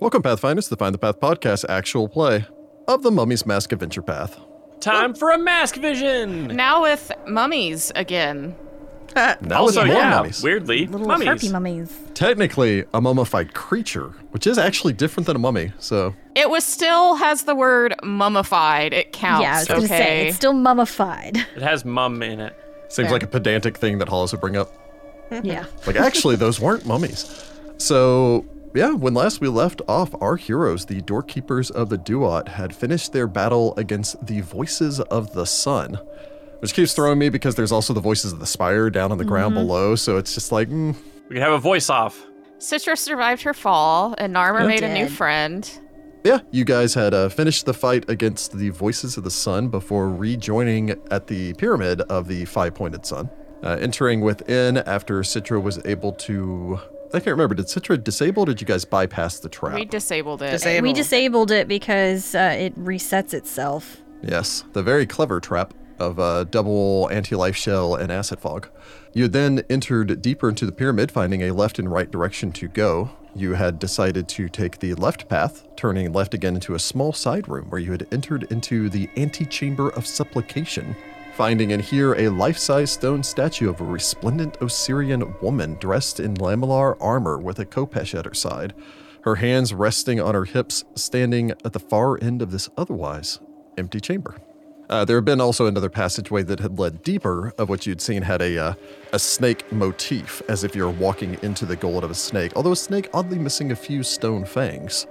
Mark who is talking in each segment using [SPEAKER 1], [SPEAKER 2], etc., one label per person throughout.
[SPEAKER 1] Welcome, Pathfinders, to the Find the Path podcast actual play of The Mummy's Mask Adventure Path.
[SPEAKER 2] Time for a mask vision.
[SPEAKER 3] Now with mummies again.
[SPEAKER 1] Now
[SPEAKER 2] also,
[SPEAKER 1] it's more
[SPEAKER 2] yeah,
[SPEAKER 1] mummies.
[SPEAKER 2] weirdly,
[SPEAKER 4] Little
[SPEAKER 2] mummies.
[SPEAKER 4] herpy mummies.
[SPEAKER 1] Technically, a mummified creature, which is actually different than a mummy. So,
[SPEAKER 3] It was still has the word mummified. It counts.
[SPEAKER 4] yeah, I was
[SPEAKER 3] okay.
[SPEAKER 4] gonna say it's still mummified.
[SPEAKER 2] It has mum in it.
[SPEAKER 1] seems
[SPEAKER 3] Fair.
[SPEAKER 1] like a pedantic thing that Hollis would bring up.
[SPEAKER 4] yeah.
[SPEAKER 1] Like, actually, those weren't mummies. So, yeah, when last we left off, our heroes, the doorkeepers of the Duat, had finished their battle against the Voices of the Sun, which keeps throwing me because there's also the Voices of the Spire down on the ground
[SPEAKER 2] Mm-hmm.
[SPEAKER 1] below. So it's just like, mm,
[SPEAKER 2] We could have a voice off.
[SPEAKER 3] Citrus survived her fall, and Narmer made a new
[SPEAKER 4] Dead.
[SPEAKER 3] friend.
[SPEAKER 1] yeah, you guys had uh, finished the fight against the Voices of the Sun before rejoining at the Pyramid of the Five Pointed Sun. Uh, entering within after Citra was able to. I can't remember. Did Citra disable? Or did you guys bypass the trap?
[SPEAKER 3] We disabled it.
[SPEAKER 5] Disable.
[SPEAKER 4] We disabled it because uh, it resets itself.
[SPEAKER 1] Yes, the very clever trap of uh, double anti life shell and acid fog. You then entered deeper into the pyramid, finding a left and right direction to go. You had decided to take the left path, turning left again into a small side room where you had entered into the antechamber of supplication, finding in here a life size stone statue of a resplendent Osirian woman dressed in lamellar armor with a kopesh at her side, her hands resting on her hips, standing at the far end of this otherwise empty chamber. Uh, there had been also another passageway that had led deeper, of which you'd seen had a uh, a snake motif, as if you're walking into the gold of a snake. Although a snake oddly missing a few stone fangs,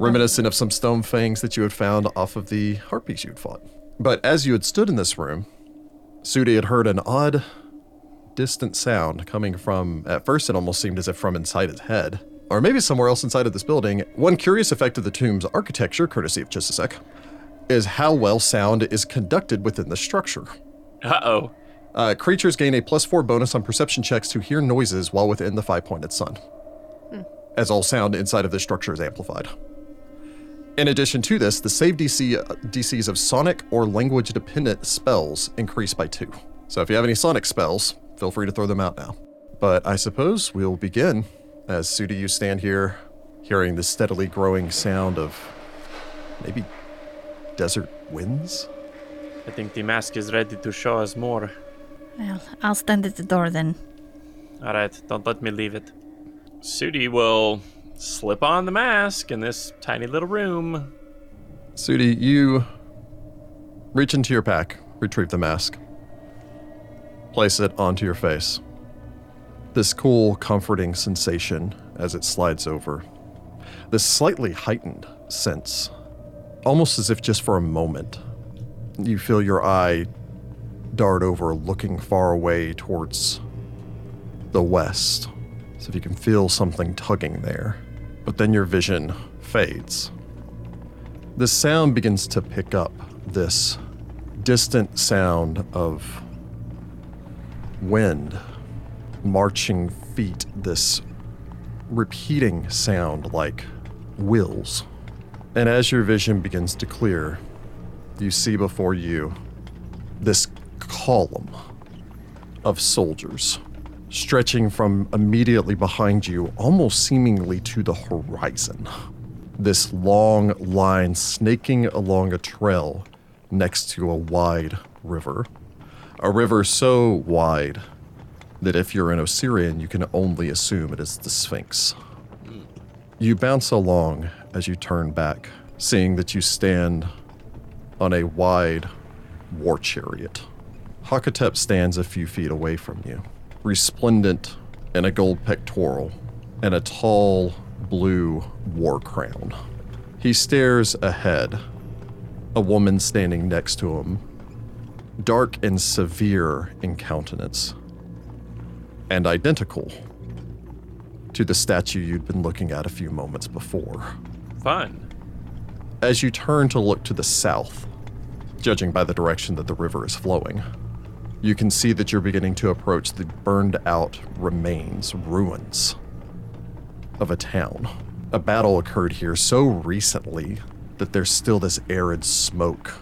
[SPEAKER 1] reminiscent of some stone fangs that you had found off of the harpies you'd fought. But as you had stood in this room, Sudi had heard an odd, distant sound coming from. At first, it almost seemed as if from inside his head, or maybe somewhere else inside of this building. One curious effect of the tomb's architecture, courtesy of just a sec is how well sound is conducted within the structure.
[SPEAKER 2] Uh oh.
[SPEAKER 1] Uh, creatures gain a plus four bonus on perception checks to hear noises while within the five pointed sun, as all sound inside of this structure is amplified. In addition to this, the save DC, uh, DCs of sonic or language dependent spells increase by two. So if you have any sonic spells, feel free to throw them out now. But I suppose we'll begin as Sudi, you stand here hearing the steadily growing sound of maybe desert winds?
[SPEAKER 2] I think the mask is ready to show us more.
[SPEAKER 4] Well, I'll stand at the door then.
[SPEAKER 2] All right, don't let me leave it. Sudi will slip on the mask in this tiny little room.
[SPEAKER 1] Sudi, you reach into your pack, retrieve the mask, place it onto your face. This cool, comforting sensation as it slides over. This slightly heightened sense, almost as if just for a moment, you feel your eye dart over, looking far away towards the west. So if you can feel something tugging there, but then your vision fades. The sound begins to pick up this distant sound of wind, marching feet, this repeating sound like wheels. And as your vision begins to clear, you see before you this column of soldiers stretching from immediately behind you, almost seemingly to the horizon this long line snaking along a trail next to a wide river. A river so wide that if you're an Osirian, you can only assume it is the Sphinx. You bounce along as you turn back, seeing that you stand on a wide war chariot. Hakatep stands a few feet away from you, resplendent in a gold pectoral and a tall blue war crown. He stares ahead, a woman standing next to him, dark and severe in countenance, and identical to the statue you'd been looking at a few moments before
[SPEAKER 2] Fun.
[SPEAKER 1] as you turn to look to the south, judging by the direction that the river is flowing, you can see that you're beginning to approach the burned out remains, ruins of a town. A battle occurred here so recently that there's still this arid smoke.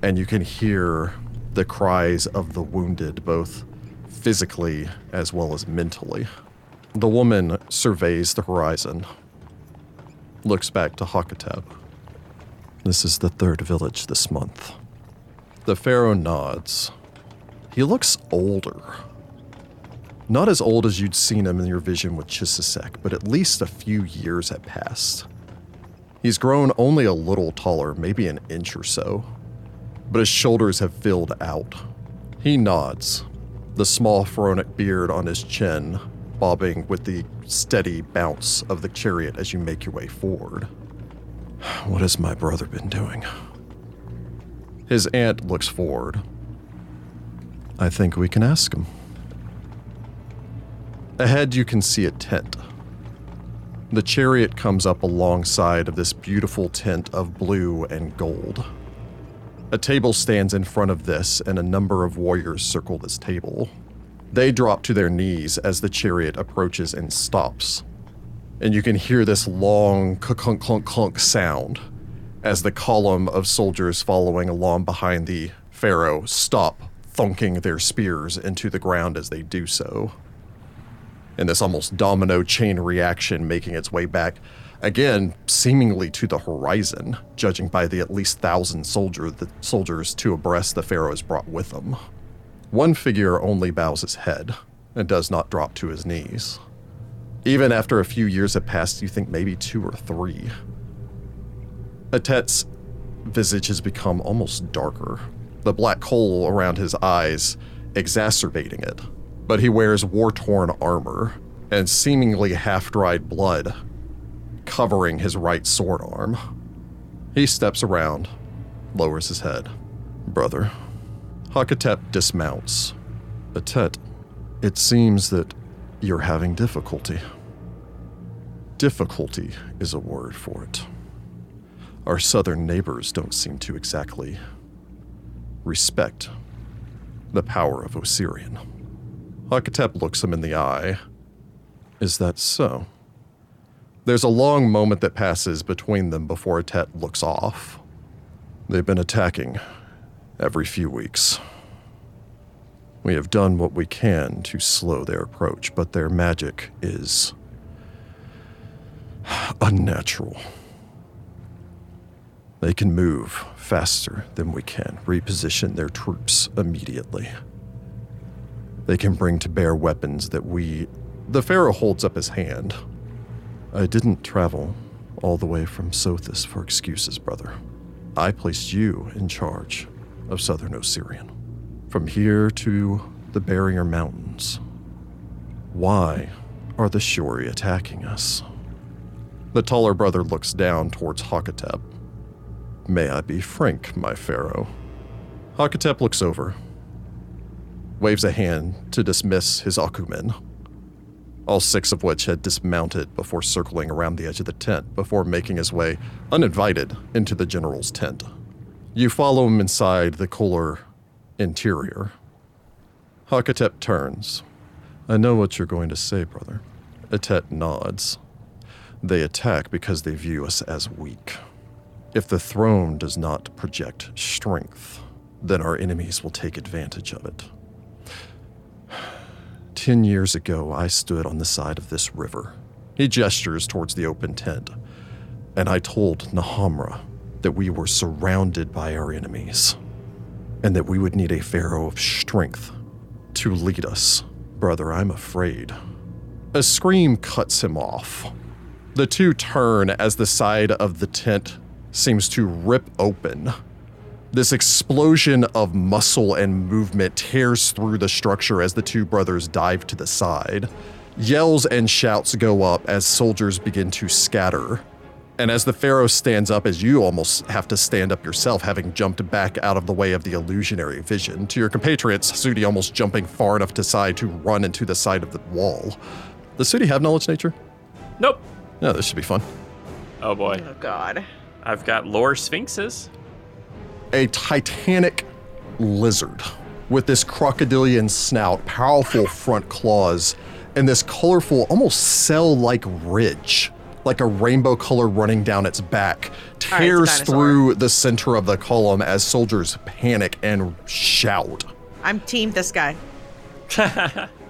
[SPEAKER 1] And you can hear the cries of the wounded, both physically as well as mentally. The woman surveys the horizon, looks back to Hakatep. This is the third village this month. The pharaoh nods. He looks older. Not as old as you'd seen him in your vision with Chisisek, but at least a few years had passed. He's grown only a little taller, maybe an inch or so, but his shoulders have filled out. He nods, the small pharaonic beard on his chin bobbing with the steady bounce of the chariot as you make your way forward. What has my brother been doing? His aunt looks forward. I think we can ask him. Ahead, you can see a tent. The chariot comes up alongside of this beautiful tent of blue and gold. A table stands in front of this, and a number of warriors circle this table. They drop to their knees as the chariot approaches and stops. And you can hear this long clunk clunk clunk sound as the column of soldiers following along behind the pharaoh stop thunking their spears into the ground as they do so. And this almost domino chain reaction making its way back, again, seemingly to the horizon, judging by the at least thousand soldier, the soldiers to abreast the pharaoh has brought with them. One figure only bows his head and does not drop to his knees. Even after a few years have passed, you think maybe two or three. Atet's visage has become almost darker, the black hole around his eyes exacerbating it. But he wears war torn armor and seemingly half dried blood covering his right sword arm. He steps around, lowers his head. Brother, Hakatep dismounts. Atet, it seems that you're having difficulty. Difficulty is a word for it. Our southern neighbors don't seem to exactly respect the power of Osirian. Hakatep looks him in the eye. Is that so? There's a long moment that passes between them before Atet looks off. They've been attacking every few weeks. We have done what we can to slow their approach, but their magic is unnatural. They can move faster than we can, reposition their troops immediately. They can bring to bear weapons that we. The Pharaoh holds up his hand. I didn't travel all the way from Sothis for excuses, brother. I placed you in charge of southern Osirian. From here to the Barrier Mountains. Why are the Shuri attacking us? The taller brother looks down towards Hakatep. May I be frank, my pharaoh? Hakatep looks over, waves a hand to dismiss his Akumen, all six of which had dismounted before circling around the edge of the tent before making his way, uninvited, into the general's tent. You follow him inside the cooler interior. Hakatep turns. I know what you're going to say, brother. Atet nods. They attack because they view us as weak. If the throne does not project strength, then our enemies will take advantage of it. Ten years ago, I stood on the side of this river. He gestures towards the open tent, and I told Nahamra that we were surrounded by our enemies, and that we would need a pharaoh of strength to lead us. Brother, I'm afraid. A scream cuts him off. The two turn as the side of the tent seems to rip open. This explosion of muscle and movement tears through the structure as the two brothers dive to the side. Yells and shouts go up as soldiers begin to scatter. And as the Pharaoh stands up, as you almost have to stand up yourself, having jumped back out of the way of the illusionary vision, to your compatriots, Sudi almost jumping far enough to side to run into the side of the wall. Does Sudi have knowledge nature?
[SPEAKER 2] Nope.
[SPEAKER 1] No, this should be fun.
[SPEAKER 2] Oh boy.
[SPEAKER 3] Oh, God.
[SPEAKER 2] I've got lore sphinxes.
[SPEAKER 1] a titanic lizard with this crocodilian snout, powerful front claws, and this colorful, almost cell like ridge, like a rainbow color running down its back,
[SPEAKER 3] right, it's a
[SPEAKER 1] tears
[SPEAKER 3] dinosaur.
[SPEAKER 1] through the center of the column as soldiers panic and shout.
[SPEAKER 5] I'm team this guy.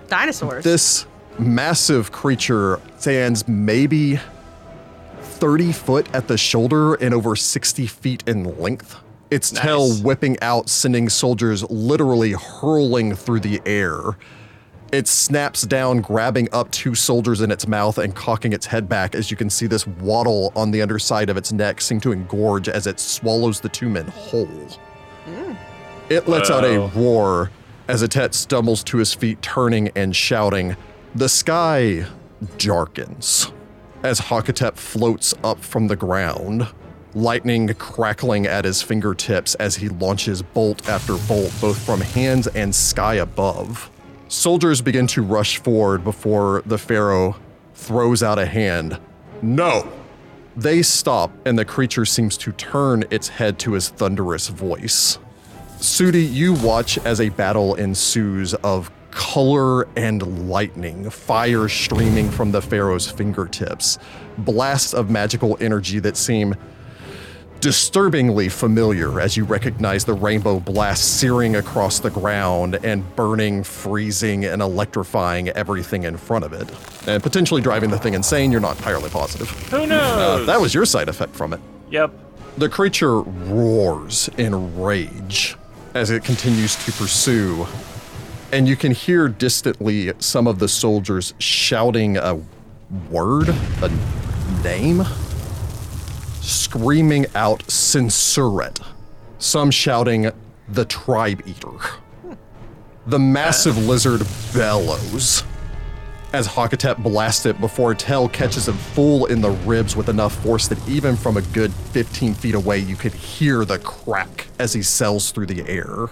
[SPEAKER 5] Dinosaurs.
[SPEAKER 1] This massive creature stands maybe 30 foot at the shoulder and over 60 feet in length. Its tail
[SPEAKER 2] Nice.
[SPEAKER 1] whipping out, sending soldiers literally hurling through the air. It snaps down, grabbing up two soldiers in its mouth and cocking its head back as you can see this waddle on the underside of its neck seem to engorge as it swallows the two men whole. It lets out a
[SPEAKER 2] Wow.
[SPEAKER 1] roar as Atet stumbles to his feet, turning and shouting. The sky darkens as Hakatep floats up from the ground, lightning crackling at his fingertips as he launches bolt after bolt, both from hands and sky above. Soldiers begin to rush forward before the Pharaoh throws out a hand. No! They stop, and the creature seems to turn its head to his thunderous voice. Sudi, you watch as a battle ensues of color and lightning, fire streaming from the pharaoh's fingertips, blasts of magical energy that seem disturbingly familiar as you recognize the rainbow blast searing across the ground and burning, freezing, and electrifying everything in front of it, and potentially driving the thing insane. You're not entirely positive.
[SPEAKER 2] Who knows?
[SPEAKER 1] Uh, That was your side effect from it.
[SPEAKER 2] Yep.
[SPEAKER 1] The creature roars in rage as it continues to pursue, and you can hear distantly some of the soldiers shouting a word, a name, screaming out censuret, some shouting the tribe eater. The massive lizard bellows as Hakatep blasts it before Tell catches him full in the ribs with enough force that even from a good 15 feet away, you could hear the crack as he sails through the air.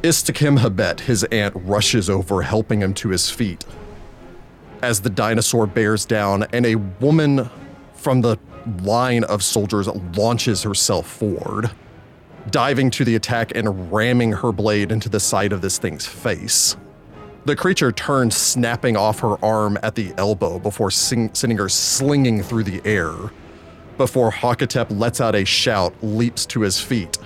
[SPEAKER 1] Istakim Habet, his aunt, rushes over, helping him to his feet as the dinosaur bears down, and a woman from the line of soldiers launches herself forward, diving to the attack and ramming her blade into the side of this thing's face. The creature turns, snapping off her arm at the elbow before sing- sending her slinging through the air. Before Hakatep lets out a shout, leaps to his feet,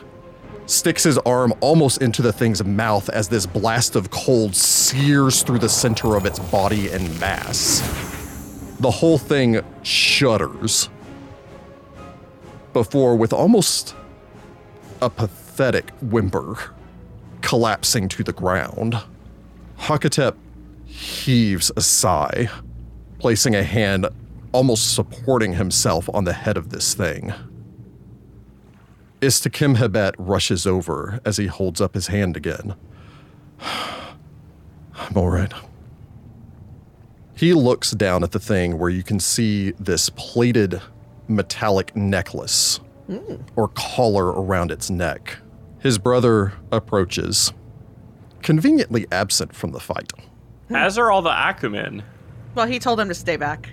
[SPEAKER 1] sticks his arm almost into the thing's mouth as this blast of cold sears through the center of its body and mass. The whole thing shudders. Before, with almost a pathetic whimper, collapsing to the ground. Hakatep heaves a sigh, placing a hand almost supporting himself on the head of this thing. Istakim Hebet rushes over as he holds up his hand again. I'm all right. He looks down at the thing where you can see this plated metallic necklace or collar around its neck. His brother approaches conveniently absent from the fight.
[SPEAKER 2] As are all the Akumen.
[SPEAKER 5] Well, he told him to stay back.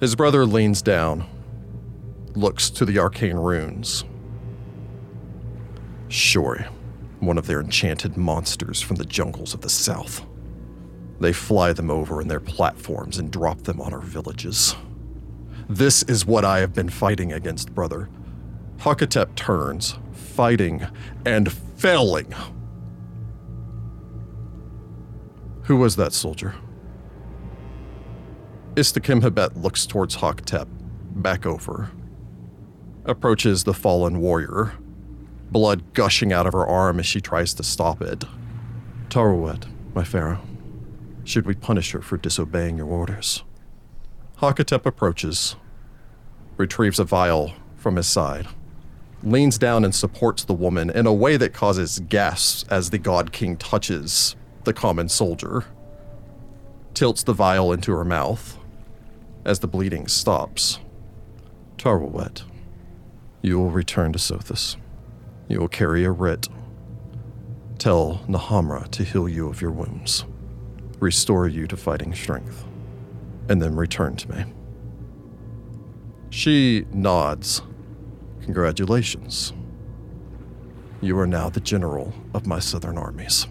[SPEAKER 1] His brother leans down, looks to the arcane runes. Shori, one of their enchanted monsters from the jungles of the south. They fly them over in their platforms and drop them on our villages. This is what I have been fighting against, brother. Hakatep turns, fighting and failing. Who was that soldier? Istakim Hebet looks towards Hoktep, back over, approaches the fallen warrior, blood gushing out of her arm as she tries to stop it. Tarawet, my pharaoh, should we punish her for disobeying your orders? Hakatep approaches, retrieves a vial from his side, leans down and supports the woman in a way that causes gasps as the god king touches the common soldier tilts the vial into her mouth as the bleeding stops. Tarwawet, you will return to Sothis. You will carry a writ. Tell Nahamra to heal you of your wounds, restore you to fighting strength, and then return to me. She nods. Congratulations. You are now the general of my southern armies.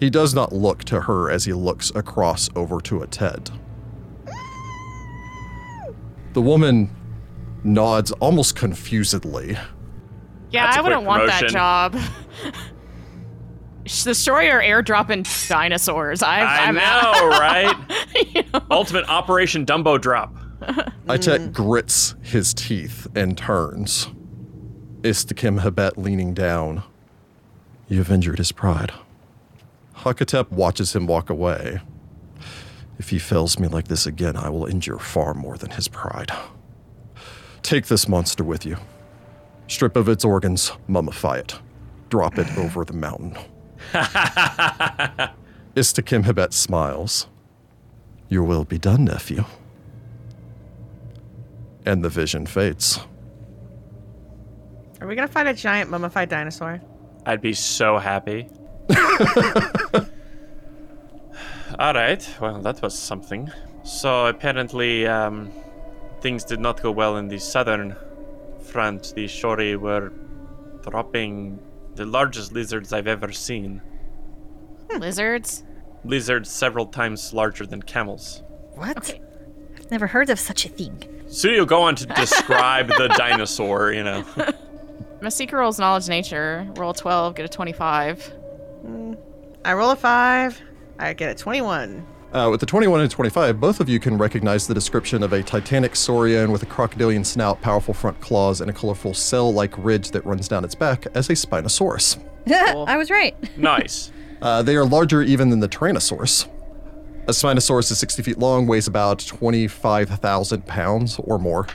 [SPEAKER 1] He does not look to her as he looks across over to a Ted. The woman nods almost confusedly.
[SPEAKER 3] Yeah,
[SPEAKER 2] That's a
[SPEAKER 3] I wouldn't
[SPEAKER 2] quick
[SPEAKER 3] want that
[SPEAKER 2] promotion.
[SPEAKER 3] job. Sh- the story are airdropping dinosaurs. I've,
[SPEAKER 2] I
[SPEAKER 3] am
[SPEAKER 2] know, right? Ultimate Operation Dumbo Drop.
[SPEAKER 1] Itek grits his teeth and turns. Istakim Habet leaning down. You've injured his pride. Hakatep watches him walk away. If he fails me like this again, I will injure far more than his pride. Take this monster with you. Strip of its organs, mummify it. Drop it over the mountain. Istakim Habet smiles. Your will be done, nephew. And the vision fades.
[SPEAKER 5] Are we gonna fight a giant mummified dinosaur?
[SPEAKER 2] I'd be so happy. All right. Well, that was something. So apparently, um, things did not go well in the southern front. The Shori were dropping the largest lizards I've ever seen.
[SPEAKER 3] Lizards.
[SPEAKER 2] Lizards several times larger than camels.
[SPEAKER 4] What? I've never heard of such a thing.
[SPEAKER 2] So you go on to describe the dinosaur, you know.
[SPEAKER 3] My secret roll's knowledge nature. Roll 12, get a 25.
[SPEAKER 5] I roll a five. I get a twenty-one.
[SPEAKER 1] Uh, with the 21 and 25, both of you can recognize the description of a titanic saurian with a crocodilian snout, powerful front claws, and a colorful cell like ridge that runs down its back as a Spinosaurus.
[SPEAKER 4] I was right.
[SPEAKER 2] Nice.
[SPEAKER 1] Uh, they are larger even than the Tyrannosaurus. A Spinosaurus is 60 feet long, weighs about 25,000 pounds or more.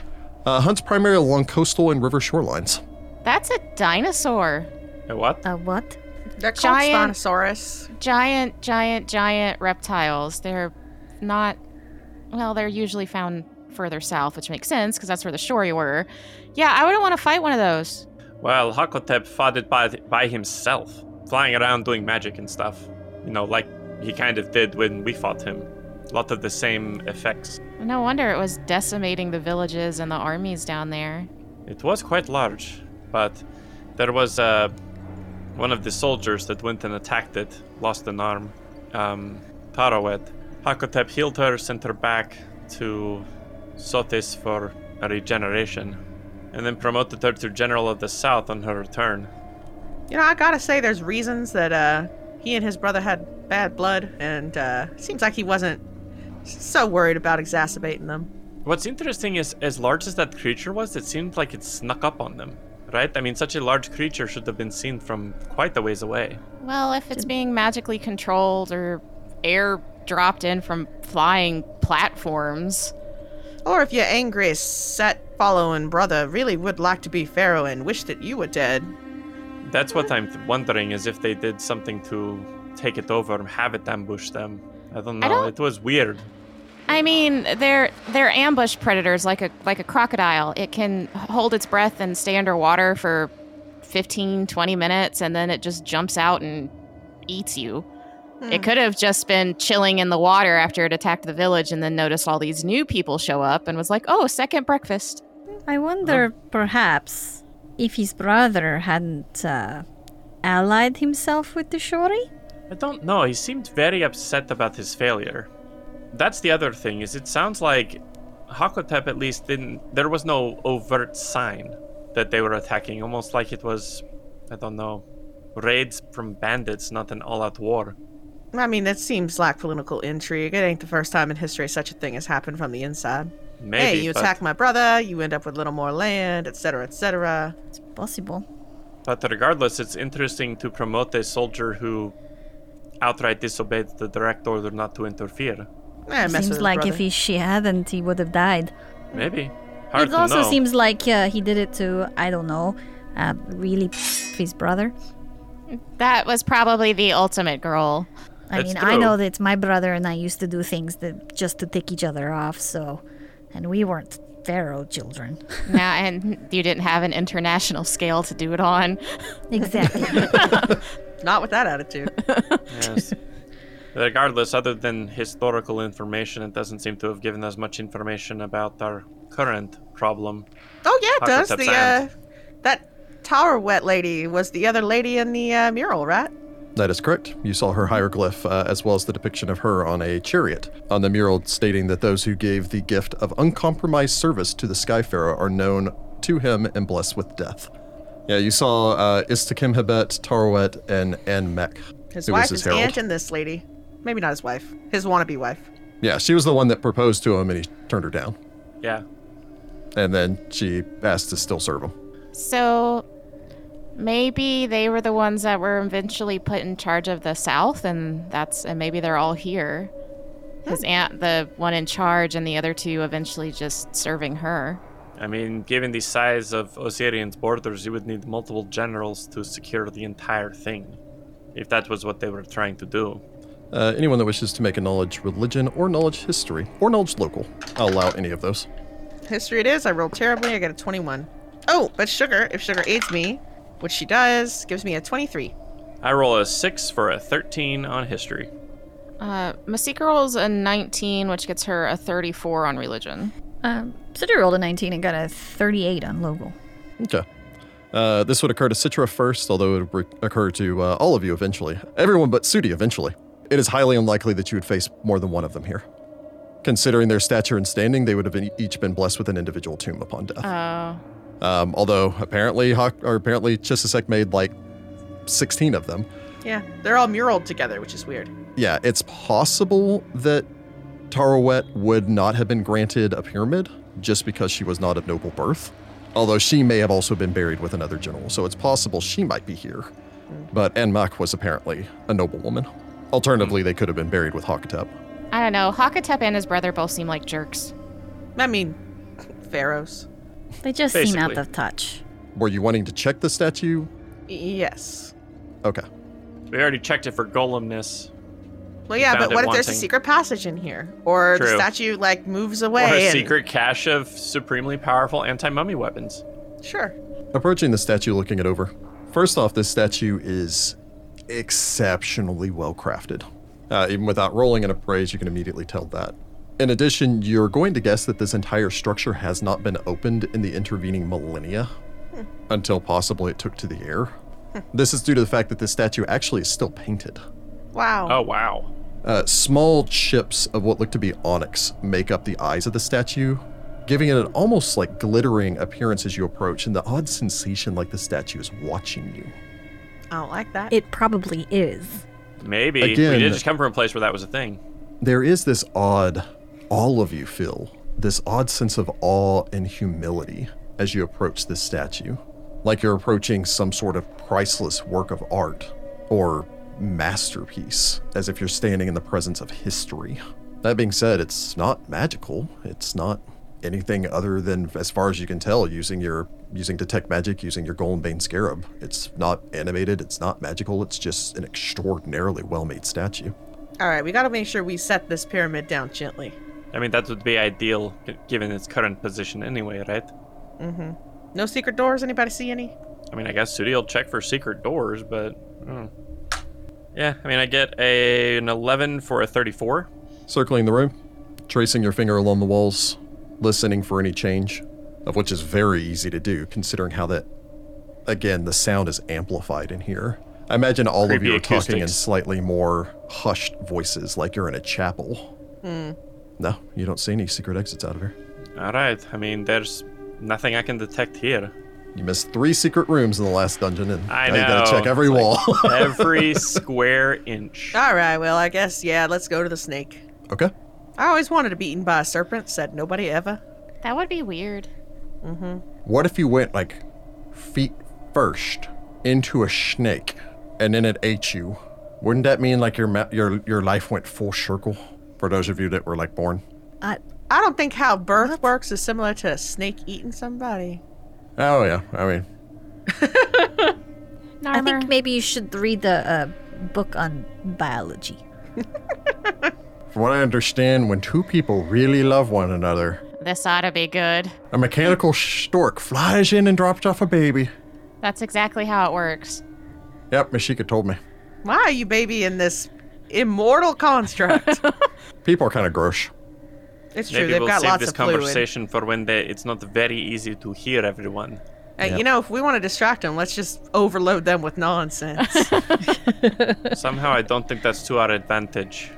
[SPEAKER 1] Uh, hunts primarily along coastal and river shorelines.
[SPEAKER 3] That's a dinosaur.
[SPEAKER 2] A what?
[SPEAKER 4] Uh, what?
[SPEAKER 5] They're called
[SPEAKER 3] Giant-
[SPEAKER 5] Spinosaurus.
[SPEAKER 3] Giant, giant, giant reptiles. They're not, well, they're usually found further south, which makes sense because that's where the Shori were. Yeah, I wouldn't want to fight one of those.
[SPEAKER 2] Well, Hakotep fought it by, by himself, flying around doing magic and stuff. You know, like he kind of did when we fought him. A lot of the same effects.
[SPEAKER 3] No wonder it was decimating the villages and the armies down there.
[SPEAKER 2] It was quite large, but there was uh, one of the soldiers that went and attacked it, lost an arm, um, Tarawet. Hakotep healed her, sent her back to Sotis for a regeneration, and then promoted her to General of the South on her return.
[SPEAKER 5] You know, I gotta say, there's reasons that uh, he and his brother had bad blood, and uh, seems like he wasn't so worried about exacerbating them.
[SPEAKER 2] What's interesting is, as large as that creature was, it seemed like it snuck up on them, right? I mean, such a large creature should have been seen from quite a ways away.
[SPEAKER 3] Well, if it's being magically controlled or air dropped in from flying platforms.
[SPEAKER 5] Or if your angry, set following brother really would like to be Pharaoh and wish that you were dead.
[SPEAKER 2] That's what I'm th- wondering is if they did something to take it over and have it ambush them. I don't know.
[SPEAKER 3] I don't-
[SPEAKER 2] It was weird.
[SPEAKER 3] I mean, they're they're ambush predators like a like a crocodile. It can hold its breath and stay underwater for 15, 20 minutes and then it just jumps out and eats you. It could have just been chilling in the water after it attacked the village and then noticed all these new people show up and was like, "Oh, second breakfast."
[SPEAKER 4] I wonder, perhaps, if his brother hadn't uh, allied himself with the Shori?
[SPEAKER 2] I don't know. He seemed very upset about his failure. That's the other thing is it sounds like Hakotep at least didn't there was no overt sign that they were attacking, almost like it was I don't know, raids from bandits, not an all out war.
[SPEAKER 5] I mean, that seems like political intrigue. It ain't the first time in history such a thing has happened from the inside.
[SPEAKER 2] Maybe
[SPEAKER 5] hey, you
[SPEAKER 2] but,
[SPEAKER 5] attack my brother, you end up with a little more land, etc., etc.
[SPEAKER 4] It's possible.
[SPEAKER 2] but regardless it's interesting to promote a soldier who outright disobeyed the direct order not to interfere.
[SPEAKER 5] Eh, mess with
[SPEAKER 4] seems
[SPEAKER 5] his
[SPEAKER 4] like
[SPEAKER 5] brother.
[SPEAKER 4] if he, she hadn't, he would have died.
[SPEAKER 2] Maybe. Hard
[SPEAKER 4] it
[SPEAKER 2] to
[SPEAKER 4] also
[SPEAKER 2] know.
[SPEAKER 4] seems like uh, he did it to, I don't know, uh, really his brother.
[SPEAKER 3] That was probably the ultimate goal.
[SPEAKER 4] I
[SPEAKER 2] That's
[SPEAKER 4] mean, I
[SPEAKER 2] true.
[SPEAKER 4] know that it's my brother and I used to do things that just to tick each other off, so. And we weren't Pharaoh children.
[SPEAKER 3] now, and you didn't have an international scale to do it on.
[SPEAKER 4] Exactly.
[SPEAKER 5] Not with that attitude.
[SPEAKER 2] Yes. Regardless, other than historical information, it doesn't seem to have given us much information about our current problem.
[SPEAKER 5] oh yeah, it
[SPEAKER 2] Pocket
[SPEAKER 5] does
[SPEAKER 2] tips
[SPEAKER 5] the uh,
[SPEAKER 2] and-
[SPEAKER 5] that tower wet lady was the other lady in the uh, mural, right?
[SPEAKER 1] That is correct. You saw her hieroglyph uh, as well as the depiction of her on a chariot on the mural stating that those who gave the gift of uncompromised service to the Sky Pharaoh are known to him and blessed with death. Yeah, you saw uh, Istakim Hebet, Tarawet, and Anmek.
[SPEAKER 5] His
[SPEAKER 1] who was his
[SPEAKER 5] wife, his,
[SPEAKER 1] herald.
[SPEAKER 5] aunt, and this lady. Maybe not his wife. His wannabe wife.
[SPEAKER 1] Yeah, she was the one that proposed to him and he turned her down.
[SPEAKER 2] Yeah.
[SPEAKER 1] And then she asked to still serve him.
[SPEAKER 3] So maybe they were the ones that were eventually put in charge of the South, and that's and maybe they're all here. His aunt, the one in charge, and the other two eventually just serving her.
[SPEAKER 2] I mean, given the size of Osirian's borders, you would need multiple generals to secure the entire thing, if that was what they were trying to do.
[SPEAKER 1] Uh, anyone that wishes to make a knowledge religion or knowledge history or knowledge local, I'll allow any of those.
[SPEAKER 5] History it is. I rolled terribly. I got a 21. Oh, but sugar, if sugar aids me, which she does, gives me a 23.
[SPEAKER 2] I roll a 6 for a 13 on history.
[SPEAKER 3] Uh, Masika rolls a 19, which gets her a 34 on religion.
[SPEAKER 4] Um, Citra rolled a 19 and got a 38 on local.
[SPEAKER 1] Okay. Uh, this would occur to Citra first, although it would re- occur to uh, all of you eventually. Everyone but Sudi eventually. It is highly unlikely that you would face more than one of them here. Considering their stature and standing, they would have been- e-, each been blessed with an individual tomb upon death.
[SPEAKER 3] Oh.
[SPEAKER 1] Um, although apparently, Hawk, or apparently Chisisek made like 16 of them.
[SPEAKER 5] Yeah, they're all muraled together, which is weird.
[SPEAKER 1] Yeah, it's possible that Tarawet would not have been granted a pyramid just because she was not of noble birth. Although she may have also been buried with another general, so it's possible she might be here. But Enmak was apparently a noble woman. Alternatively, they could have been buried with Hakatep.
[SPEAKER 3] I don't know. Hakatep and his brother both seem like jerks.
[SPEAKER 5] I mean, pharaohs.
[SPEAKER 4] They just seem out
[SPEAKER 2] Basically.
[SPEAKER 4] of touch.
[SPEAKER 1] Were you wanting to check the statue?
[SPEAKER 5] Yes.
[SPEAKER 1] Okay.
[SPEAKER 2] We already checked it for golemness.
[SPEAKER 5] Well, yeah,
[SPEAKER 2] found
[SPEAKER 5] but
[SPEAKER 2] it
[SPEAKER 5] what if there's a
[SPEAKER 2] wanting.
[SPEAKER 5] secret passage in here, or the
[SPEAKER 2] True.
[SPEAKER 5] statue like moves
[SPEAKER 2] Or
[SPEAKER 5] away?
[SPEAKER 2] a
[SPEAKER 5] and-
[SPEAKER 2] secret cache of supremely powerful anti mummy weapons.
[SPEAKER 5] Sure.
[SPEAKER 1] Approaching the statue, looking it over. First off, this statue is exceptionally well crafted. Uh, even without rolling an appraise, you can immediately tell that. In addition, you're going to guess that this entire structure has not been opened in the intervening millennia until possibly it took to the air. This is due to the fact that this statue actually is still painted.
[SPEAKER 5] Wow.
[SPEAKER 2] Oh, wow.
[SPEAKER 1] Uh, small chips of what look to be onyx make up the eyes of the statue, giving it an almost like glittering appearance as you approach, and the odd sensation like the statue is watching you.
[SPEAKER 5] I don't like that.
[SPEAKER 4] It probably is.
[SPEAKER 2] Maybe. we
[SPEAKER 1] Again-
[SPEAKER 2] did just come from a place where that was a thing.
[SPEAKER 1] There is this odd, all of you feel this odd sense of awe and humility as you approach this statue, like you're approaching some sort of priceless work of art or masterpiece, as if you're standing in the presence of history. That being said, it's not magical. It's not anything other than, as far as you can tell, using your using detect magic, using your golden bane scarab. It's not animated. It's not magical. It's just an extraordinarily well-made statue.
[SPEAKER 5] All right, we got to make sure we set this pyramid down gently.
[SPEAKER 2] I mean, that would be ideal g- given its current position anyway, right?
[SPEAKER 5] No secret doors. Anybody see any?
[SPEAKER 2] I mean, I guess Sudi will check for secret doors, but. mm. Yeah, I mean, I get a, an 11 for a 34.
[SPEAKER 1] circling the room, tracing your finger along the walls, listening for any change, of which is very easy to do, considering how that, again, the sound is amplified in here. I imagine all of
[SPEAKER 2] Creepy
[SPEAKER 1] you are talking in
[SPEAKER 2] acoustics.
[SPEAKER 1] slightly more hushed voices, like you're in a chapel. No, you don't see any secret exits out of here.
[SPEAKER 2] All right. I mean, there's nothing I can detect here.
[SPEAKER 1] You missed three secret rooms in the last dungeon, and
[SPEAKER 2] I
[SPEAKER 1] now you gotta
[SPEAKER 2] know,
[SPEAKER 1] check every
[SPEAKER 2] it's
[SPEAKER 1] wall.
[SPEAKER 2] Every square inch.
[SPEAKER 5] All right. Well, I guess yeah. Let's go to the snake.
[SPEAKER 1] okay.
[SPEAKER 5] I always wanted to be eaten by a serpent. Said nobody ever.
[SPEAKER 3] That would be weird.
[SPEAKER 1] What if you went like feet first into a snake and then it ate you? Wouldn't that mean like your ma- your your life went full circle for those of you that were like born?
[SPEAKER 4] I,
[SPEAKER 5] I don't think how birth works is similar to a snake eating somebody.
[SPEAKER 1] Oh yeah, I mean
[SPEAKER 4] I think maybe you should read the uh, book on biology.
[SPEAKER 1] from what I understand, when two people really love one another,
[SPEAKER 3] this ought to be good.
[SPEAKER 1] a mechanical stork flies in and drops off a baby.
[SPEAKER 3] That's exactly how it works.
[SPEAKER 1] Yep, Mashika told me.
[SPEAKER 5] Why are you baby in this immortal construct?
[SPEAKER 1] People are kind of gross.
[SPEAKER 5] it's true.
[SPEAKER 2] Maybe
[SPEAKER 5] They've
[SPEAKER 2] we'll
[SPEAKER 5] got
[SPEAKER 2] save
[SPEAKER 5] lots
[SPEAKER 2] this
[SPEAKER 5] of fluid.
[SPEAKER 2] conversation for when they, it's not very easy to hear everyone.
[SPEAKER 5] Hey, Uh, You know, if we want to distract them, let's just overload them with nonsense.
[SPEAKER 2] Somehow, I don't think that's to our advantage.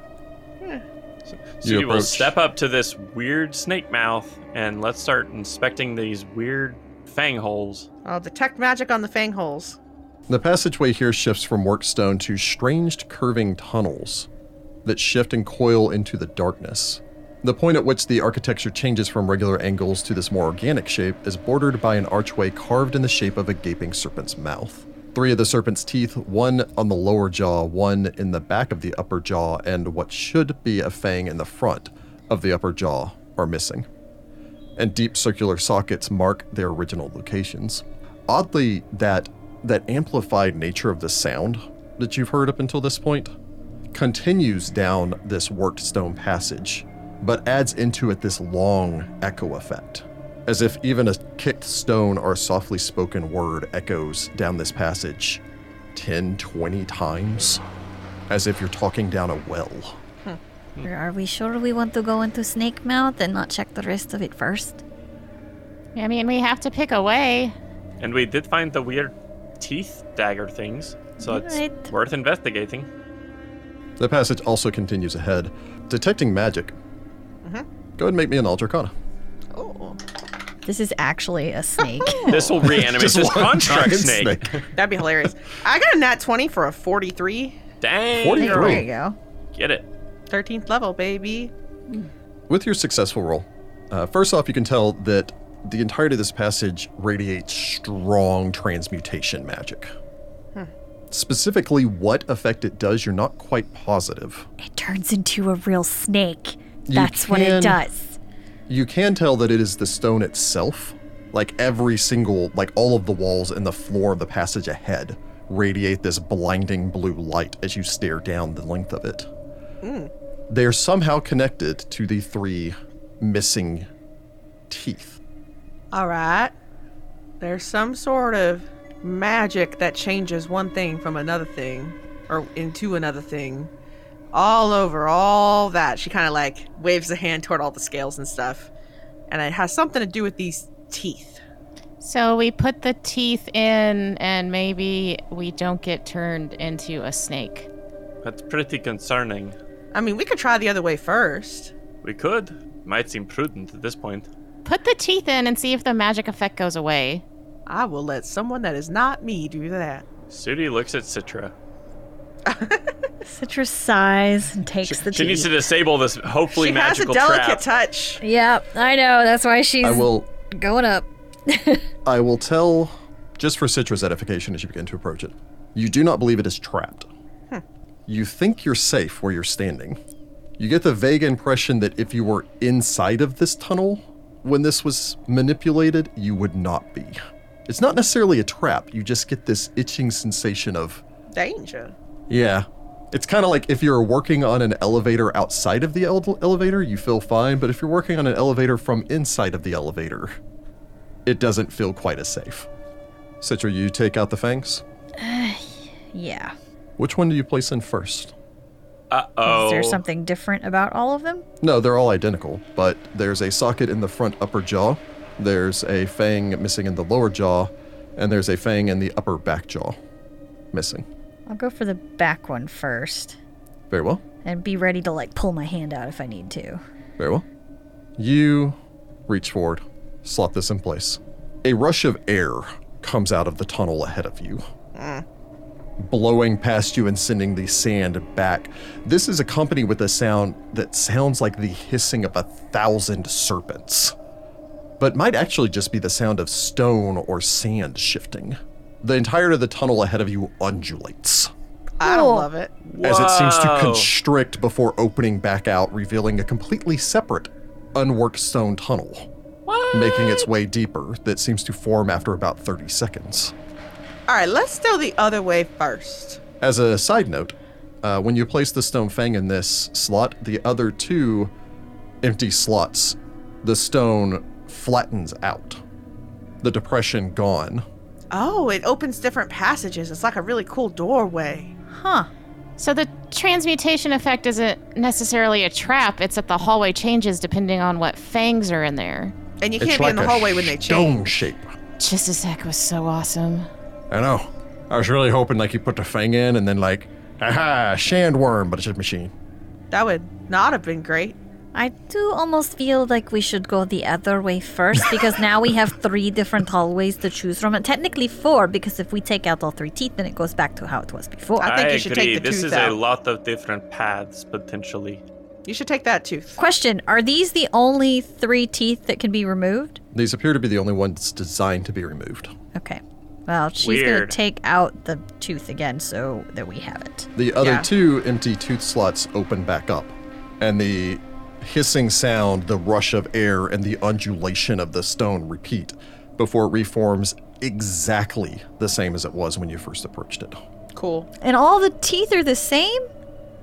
[SPEAKER 2] So, so
[SPEAKER 1] You
[SPEAKER 2] you, will
[SPEAKER 1] approach.
[SPEAKER 2] step up to this weird snake mouth and let's start inspecting these weird fang holes.
[SPEAKER 5] I'll detect magic on the fang holes.
[SPEAKER 1] The passageway here shifts from workstone to strange curving tunnels that shift and coil into the darkness, The point at which the architecture changes from regular angles to this more organic shape is bordered by an archway carved in the shape of a gaping serpent's mouth. Three of the serpent's teeth, one on the lower jaw, one in the back of the upper jaw, and what should be a fang in the front of the upper jaw, are missing. And deep circular sockets mark their original locations. Oddly, that that amplified nature of the sound that you've heard up until this point continues down this worked stone passage, but adds into it this long echo effect, as if even a kicked stone or a softly spoken word echoes down this passage 10, 20 times, as if you're talking down a well.
[SPEAKER 2] Hmm.
[SPEAKER 4] Or Are we sure we want to go into Snake Mouth and not check the rest of it first?
[SPEAKER 3] I mean, we have to pick a way.
[SPEAKER 2] And we did find the weird teeth dagger things, so it's
[SPEAKER 4] Right.
[SPEAKER 2] worth investigating.
[SPEAKER 1] The passage also continues ahead, detecting magic. Go ahead and make me an Altercana.
[SPEAKER 5] Oh,
[SPEAKER 4] This is actually a snake.
[SPEAKER 2] This will reanimate
[SPEAKER 1] Just
[SPEAKER 2] this
[SPEAKER 1] one
[SPEAKER 2] construct
[SPEAKER 1] giant
[SPEAKER 2] snake.
[SPEAKER 5] that'd be hilarious. I got a nat 20 for a 43.
[SPEAKER 2] Dang!
[SPEAKER 1] 43.
[SPEAKER 2] girl.
[SPEAKER 4] there you go.
[SPEAKER 2] Get it.
[SPEAKER 5] 13th level, baby.
[SPEAKER 1] With your successful roll, uh, first off, you can tell that the entirety of this passage radiates strong transmutation magic. Specifically, what effect it does, you're not quite positive.
[SPEAKER 4] It turns into a real snake.
[SPEAKER 1] You
[SPEAKER 4] That's what it
[SPEAKER 1] can-
[SPEAKER 4] does.
[SPEAKER 1] You can tell that it is the stone itself. Like every single, like all of the walls and the floor of the passage ahead radiate this blinding blue light as you stare down the length of it. They are somehow connected to the three missing teeth.
[SPEAKER 5] All right. There's some sort of magic that changes one thing from another thing or into another thing. All over all that. She kind of like waves a hand toward all the scales and stuff. And it has something to do with these teeth.
[SPEAKER 3] So we put the teeth in, and maybe we don't get turned into a snake.
[SPEAKER 2] That's pretty concerning.
[SPEAKER 5] I mean, we could try the other way first.
[SPEAKER 2] We could. Might seem prudent at this point.
[SPEAKER 3] Put the teeth in and see if the magic effect goes away.
[SPEAKER 5] I will let someone that is not me do that.
[SPEAKER 2] Sudi looks at Citra.
[SPEAKER 4] Citrus sighs and takes the
[SPEAKER 2] She needs to
[SPEAKER 4] teeth.
[SPEAKER 2] disable this hopefully
[SPEAKER 5] she has a
[SPEAKER 2] magical trap.
[SPEAKER 5] delicate touch.
[SPEAKER 4] Yep, I know. That's why she's
[SPEAKER 1] I will
[SPEAKER 4] going up.
[SPEAKER 1] I will tell just for Citra's edification as you begin to approach it. You do not believe it is trapped. You think you're safe where you're standing. You get the vague impression that if you were inside of this tunnel when this was manipulated, you would not be. It's not necessarily a trap, you just get this itching sensation of,
[SPEAKER 5] Danger.
[SPEAKER 1] yeah. It's kind of like if you're working on an elevator outside of the ele- elevator, you feel fine, but if you're working on an elevator from inside of the elevator, it doesn't feel quite as safe. Citra, you take out the fangs.
[SPEAKER 4] Yeah.
[SPEAKER 1] Which one do you place in first?
[SPEAKER 2] Uh oh.
[SPEAKER 4] Is there something different about all of them?
[SPEAKER 1] No, they're all identical, but there's a socket in the front upper jaw, there's a fang missing in the lower jaw, and there's a fang in the upper back jaw missing.
[SPEAKER 4] I'll go for the back one first
[SPEAKER 1] Very well.
[SPEAKER 4] and be ready to like pull my hand out if I need to.
[SPEAKER 1] Very well. You reach forward, slot this in place. A rush of air comes out of the tunnel ahead of you, blowing past you and sending the sand back. This is accompanied with a sound that sounds like the hissing of a thousand serpents, but might actually just be the sound of stone or sand shifting. The entirety of the tunnel ahead of you undulates
[SPEAKER 5] I don't love it.
[SPEAKER 1] as it seems to
[SPEAKER 2] Whoa.
[SPEAKER 1] constrict before opening back out, revealing a completely separate, unworked stone tunnel, making its way deeper that seems to form after about 30 seconds.
[SPEAKER 5] All right, let's go the other way first.
[SPEAKER 1] As a side note, uh, when you place the stone fang in this slot, the other two empty slots, the stone flattens out, the depression gone.
[SPEAKER 5] Oh, it opens different passages. It's like a really cool doorway.
[SPEAKER 4] Huh.
[SPEAKER 3] So the transmutation effect isn't necessarily a trap, it's that the hallway changes depending on what fangs are in there.
[SPEAKER 5] And you can't be in the
[SPEAKER 1] a
[SPEAKER 5] hallway when they change.
[SPEAKER 1] Stone shape.
[SPEAKER 3] Chisisek was so awesome.
[SPEAKER 1] I know. I was really hoping like you put the fang in and then like, aha, shandworm, but it's just machine.
[SPEAKER 5] That would not have been great.
[SPEAKER 4] I do almost feel like we should go the other way first because now we have three different hallways to choose from, and technically four because if we take out all three teeth, then it goes back to how it was before.
[SPEAKER 5] I think you should
[SPEAKER 2] agree.
[SPEAKER 5] take the
[SPEAKER 2] this
[SPEAKER 5] tooth
[SPEAKER 2] is
[SPEAKER 5] out.
[SPEAKER 2] a lot of different paths potentially.
[SPEAKER 5] You should take that tooth.
[SPEAKER 4] Question Are these the only three teeth that can be removed?
[SPEAKER 1] These appear to be the only ones designed to be removed.
[SPEAKER 4] Okay. Well, she's going
[SPEAKER 2] Weird.
[SPEAKER 4] to take out the tooth again so that we have it.
[SPEAKER 1] The other
[SPEAKER 5] Yeah.
[SPEAKER 1] two empty tooth slots open back up, and the hissing sound, the rush of air, and the undulation of the stone repeat before it reforms exactly the same as it was when you first approached it.
[SPEAKER 5] Cool.
[SPEAKER 4] And all the teeth are the same?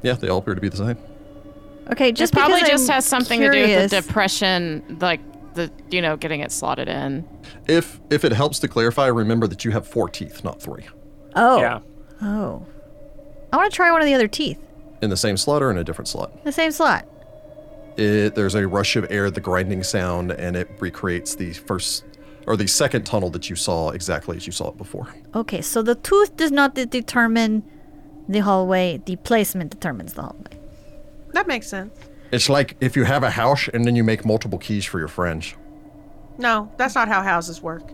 [SPEAKER 1] Yeah, they all appear to be the same.
[SPEAKER 4] Okay,
[SPEAKER 3] It
[SPEAKER 4] just
[SPEAKER 3] probably
[SPEAKER 4] because
[SPEAKER 3] just
[SPEAKER 4] I'm
[SPEAKER 3] has something
[SPEAKER 4] curious.
[SPEAKER 3] to do with the depression, like the you know getting it slotted in.
[SPEAKER 1] If if it helps to clarify, remember that you have four teeth, not three,
[SPEAKER 4] Oh.
[SPEAKER 2] Yeah.
[SPEAKER 4] Oh. I want to try one of the other teeth.
[SPEAKER 1] in the same slot or in a different slot.
[SPEAKER 4] The same slot.
[SPEAKER 1] It, there's a rush of air, the grinding sound, and it recreates the first or the second tunnel that you saw exactly as you saw it before.
[SPEAKER 4] Okay, so the tooth does not de- determine the hallway. The placement determines the hallway.
[SPEAKER 5] That makes sense.
[SPEAKER 1] It's like if you have a house and then you make multiple keys for your friends.
[SPEAKER 5] No, that's not how houses work.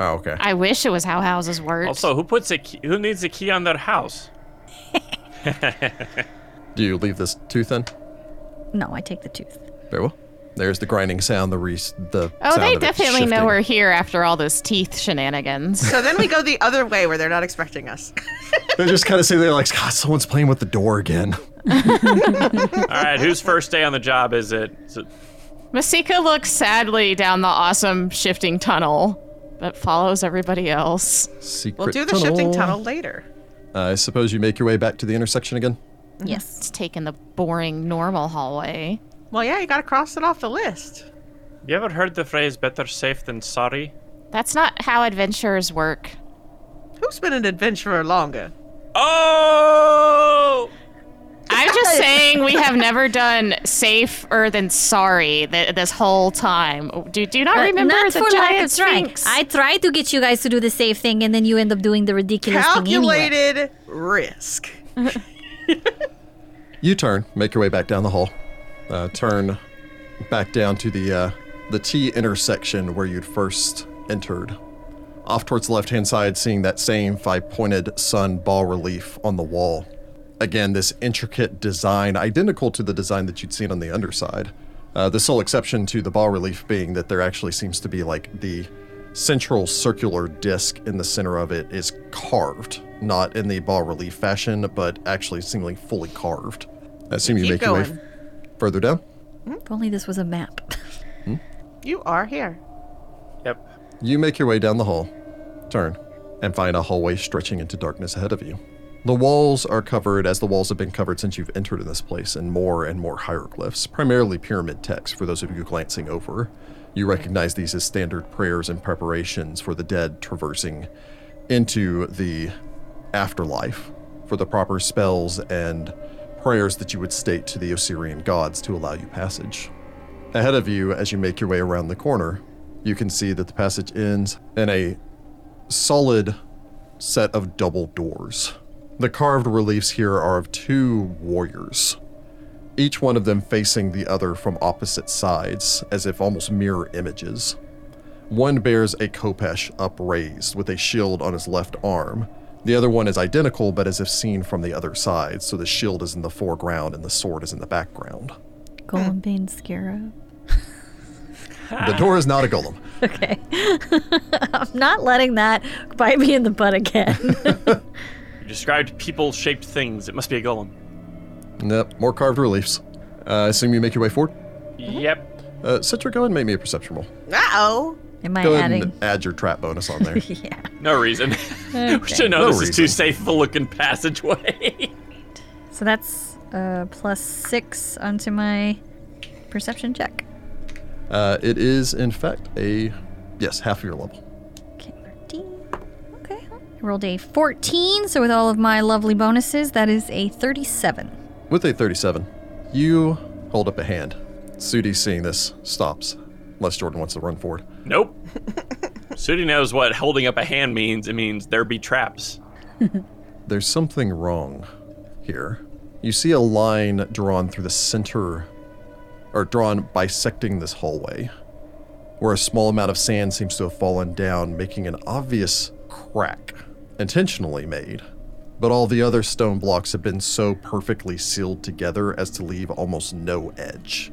[SPEAKER 1] Oh, okay.
[SPEAKER 3] I wish it was how houses worked.
[SPEAKER 2] Also, who puts a key, who needs a key on their house?
[SPEAKER 1] Do you leave this tooth in?
[SPEAKER 4] No, I take the tooth.
[SPEAKER 1] Very well. There's the grinding sound, the re- the.
[SPEAKER 3] oh,
[SPEAKER 1] sound
[SPEAKER 3] they
[SPEAKER 1] of it
[SPEAKER 3] definitely know
[SPEAKER 1] shifting.
[SPEAKER 3] we're here after all those teeth shenanigans.
[SPEAKER 5] So then we go the other way where they're not expecting us.
[SPEAKER 1] They just kind of say they're like, God, someone's playing with the door again.
[SPEAKER 2] All right, whose first day on the job is it? Is it-
[SPEAKER 3] Masika looks sadly down the awesome shifting tunnel, but follows everybody else.
[SPEAKER 1] Secret
[SPEAKER 5] We'll do the shifting tunnel later.
[SPEAKER 1] I suppose you make your way back to the intersection again.
[SPEAKER 4] Yes.
[SPEAKER 3] It's taking the boring normal hallway.
[SPEAKER 5] Well, yeah, you got to cross it off the list.
[SPEAKER 2] you ever heard the phrase "better safe than sorry"?
[SPEAKER 3] That's not how adventurers work.
[SPEAKER 5] Who's been an adventurer longer?
[SPEAKER 2] Oh!
[SPEAKER 3] I'm just saying we have never done safer than sorry th- this whole time. Do do you Uh, not
[SPEAKER 4] But
[SPEAKER 3] remember
[SPEAKER 4] not
[SPEAKER 3] the
[SPEAKER 4] for lack
[SPEAKER 3] giant
[SPEAKER 4] of trying.
[SPEAKER 3] sphinx?
[SPEAKER 4] I try to get you guys to do the safe thing, and then you end up doing the ridiculous thing anyway.
[SPEAKER 5] Calculated risk.
[SPEAKER 1] You turn, make your way back down the hall, uh, turn back down to the uh, the T intersection where you'd first entered. Off towards the left hand side, seeing that same five pointed sun ball relief on the wall. Again, this intricate design, identical to the design that you'd seen on the underside. Uh, the sole exception to the ball relief being that there actually seems to be like the central circular disc in the center of it is carved, not in the ball relief fashion, but actually seemingly fully carved. I assume you
[SPEAKER 5] Keep
[SPEAKER 1] make your way
[SPEAKER 5] going.
[SPEAKER 1] f- further down.
[SPEAKER 4] If only this was a map.
[SPEAKER 5] You are here.
[SPEAKER 2] Yep.
[SPEAKER 1] You make your way down the hall, turn, and find a hallway stretching into darkness ahead of you. The walls are covered as the walls have been covered since you've entered in this place in more and more hieroglyphs, primarily pyramid texts for those of you glancing over. You recognize these as standard prayers and preparations for the dead traversing into the afterlife for the proper spells and prayers that you would state to the Osirian gods to allow you passage. Ahead of you, as you make your way around the corner, you can see that the passage ends in a solid set of double doors. The carved reliefs here are of two warriors, each one of them facing the other from opposite sides, as if almost mirror images. One bears a kopesh upraised with a shield on his left arm. The other one is identical, but as if seen from the other side, so the shield is in the foreground and the sword is in the background.
[SPEAKER 3] Hmm.
[SPEAKER 4] Golem Bane Scarab.
[SPEAKER 1] The door is not a golem.
[SPEAKER 4] Okay. I'm not letting that bite me in the butt again.
[SPEAKER 2] You described people-shaped things. It must be a golem.
[SPEAKER 1] Nope, more carved reliefs. Uh, assume you make your way forward.
[SPEAKER 5] Mm-hmm.
[SPEAKER 2] Yep.
[SPEAKER 1] Uh, Citra, go ahead and make me a perception roll.
[SPEAKER 5] Uh oh.
[SPEAKER 4] Am I
[SPEAKER 1] Go ahead
[SPEAKER 4] adding?
[SPEAKER 1] and add your trap bonus on there.
[SPEAKER 4] Yeah.
[SPEAKER 2] No reason. we should know
[SPEAKER 1] No
[SPEAKER 2] this is too
[SPEAKER 1] reason.
[SPEAKER 2] safe of a looking passageway.
[SPEAKER 4] So that's uh, plus six onto my perception check.
[SPEAKER 1] uh, it is, in fact, a yes, half of your level.
[SPEAKER 4] Okay, 13. Okay. I rolled a 14, so with all of my lovely bonuses, that is a 37.
[SPEAKER 1] With a 37, you hold up a hand. Sudi, seeing this, stops, unless Jordan wants to run forward.
[SPEAKER 2] nope. Sudi knows what holding up a hand means. It means there be traps.
[SPEAKER 1] There's something wrong here. You see a line drawn through the center, or drawn bisecting this hallway, where a small amount of sand seems to have fallen down, making an obvious crack, intentionally made, but all the other stone blocks have been so perfectly sealed together as to leave almost no edge.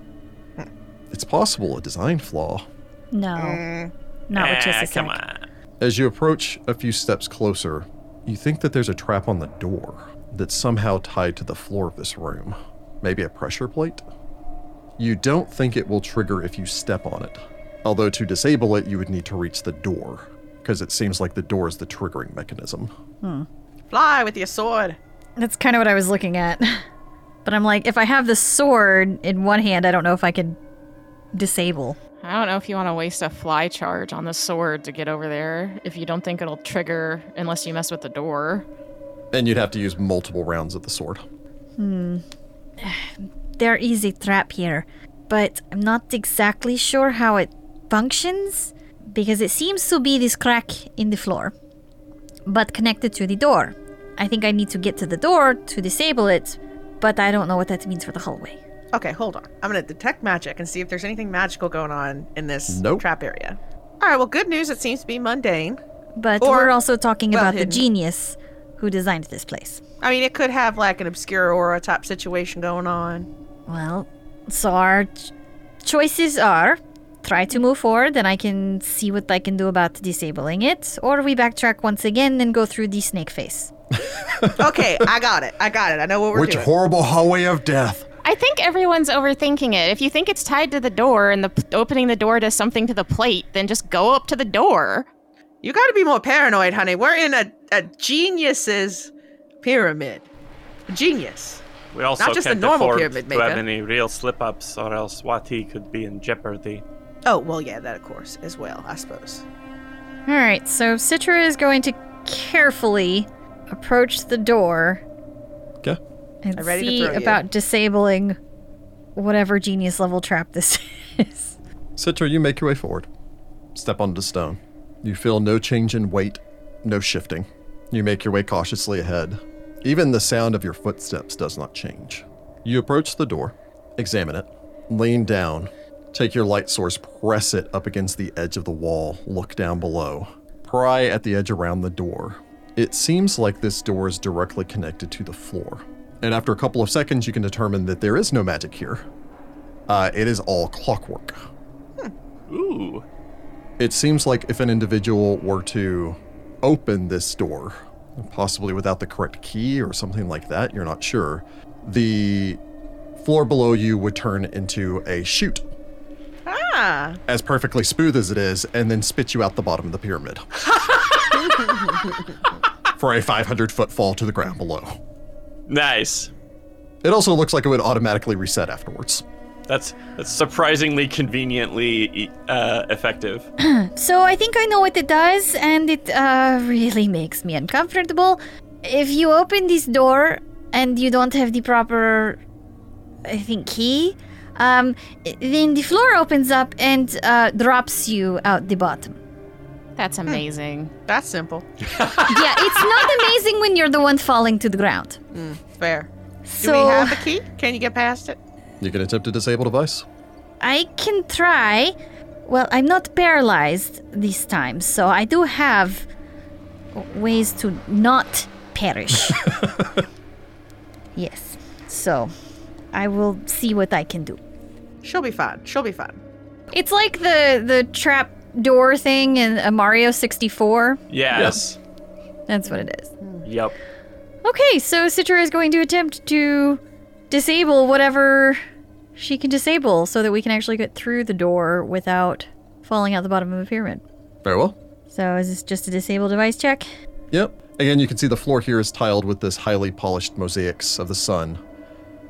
[SPEAKER 1] It's possible a design flaw.
[SPEAKER 4] No, not what
[SPEAKER 2] Ah,
[SPEAKER 4] Chis is
[SPEAKER 2] come
[SPEAKER 4] saying.
[SPEAKER 2] on.
[SPEAKER 1] As you approach a few steps closer, you think that there's a trap on the door that's somehow tied to the floor of this room. Maybe a pressure plate? You don't think it will trigger if you step on it, although to disable it, you would need to reach the door, because it seems like the door is the triggering mechanism.
[SPEAKER 5] Fly with your sword.
[SPEAKER 4] That's kind of what I was looking at. But I'm like, if I have the sword in one hand, I don't know if I can disable.
[SPEAKER 3] I don't know if you want to waste a fly charge on the sword to get over there if you don't think it'll trigger unless you mess with the door.
[SPEAKER 1] And you'd have to use multiple rounds of the sword.
[SPEAKER 4] There is a trap here, but I'm not exactly sure how it functions because it seems to be this crack in the floor, but connected to the door. I think I need to get to the door to disable it, but I don't know what that means for the hallway.
[SPEAKER 5] Okay, hold on. I'm gonna detect magic and see if there's anything magical going on in this
[SPEAKER 1] Nope.
[SPEAKER 5] trap area. All right. Well, good news. It seems to be mundane.
[SPEAKER 4] But
[SPEAKER 5] Or-
[SPEAKER 4] we're also talking
[SPEAKER 5] well
[SPEAKER 4] about
[SPEAKER 5] hidden.
[SPEAKER 4] the genius who designed this place.
[SPEAKER 5] I mean, it could have like an obscure aura type situation going on.
[SPEAKER 4] Well, so our ch- choices are try to move forward and I can see what I can do about disabling it, or we backtrack once again and go through the snake face.
[SPEAKER 5] Okay, I got it. I got it. I know what we're
[SPEAKER 1] Which
[SPEAKER 5] doing.
[SPEAKER 1] horrible hallway of death!
[SPEAKER 3] I think everyone's overthinking it. If you think it's tied to the door and the opening the door to something to the plate, then just go up to the door.
[SPEAKER 5] you got to be more paranoid, honey. We're in a, a genius's pyramid. Genius.
[SPEAKER 2] We also
[SPEAKER 5] just a
[SPEAKER 2] can't
[SPEAKER 5] normal
[SPEAKER 2] afford
[SPEAKER 5] pyramid
[SPEAKER 2] to have
[SPEAKER 5] maker.
[SPEAKER 2] any real slip-ups, or else Wati could be in jeopardy.
[SPEAKER 5] Oh well, yeah, that of course as well. I suppose.
[SPEAKER 4] All right, so Citra is going to carefully approach the door
[SPEAKER 1] Okay.
[SPEAKER 4] and
[SPEAKER 5] I'm ready to
[SPEAKER 4] see
[SPEAKER 5] throw you.
[SPEAKER 4] about disabling whatever genius level trap this is.
[SPEAKER 1] Citra, you make your way forward. Step onto stone. You feel no change in weight, no shifting. You make your way cautiously ahead. Even the sound of your footsteps does not change. You approach the door, examine it, lean down, take your light source, press it up against the edge of the wall, look down below, pry at the edge around the door. It seems like this door is directly connected to the floor. And after a couple of seconds, you can determine that there is no magic here. Uh, it is all clockwork.
[SPEAKER 2] Ooh.
[SPEAKER 1] It seems like if an individual were to open this door, possibly without the correct key or something like that, you're not sure, the floor below you would turn into a chute,
[SPEAKER 5] Ah,
[SPEAKER 1] as perfectly smooth as it is, and then spit you out the bottom of the pyramid for a 500 foot fall to the ground below.
[SPEAKER 2] Nice.
[SPEAKER 1] It also looks like it would automatically reset afterwards.
[SPEAKER 2] That's that's surprisingly conveniently uh, effective.
[SPEAKER 4] So I think I know what it does, and it uh, really makes me uncomfortable. If you open this door and you don't have the proper, I think, key, um, i- then the floor opens up and uh, drops you out the bottom.
[SPEAKER 3] That's
[SPEAKER 5] Hmm.
[SPEAKER 3] amazing.
[SPEAKER 5] that's simple.
[SPEAKER 4] yeah, it's not amazing when you're the one falling to the ground.
[SPEAKER 5] Fair. Do
[SPEAKER 4] So
[SPEAKER 5] we have the key? Can you get past it?
[SPEAKER 1] You can attempt to disable device.
[SPEAKER 4] I can try. Well, I'm not paralyzed this time, so I do have ways to not perish. yes. So, I will see what I can do.
[SPEAKER 5] She'll be fine. She'll be fine.
[SPEAKER 4] It's like the the trap door thing in uh, Mario 64.
[SPEAKER 2] Yes.
[SPEAKER 4] That's what it is.
[SPEAKER 2] Yep.
[SPEAKER 4] Okay, so Citra is going to attempt to disable whatever she can disable so that we can actually get through the door without falling out the bottom of a pyramid.
[SPEAKER 1] Very well.
[SPEAKER 4] So is this just a disable device check?
[SPEAKER 1] Yep. Again, you can see the floor here is tiled with this highly polished mosaics of the sun.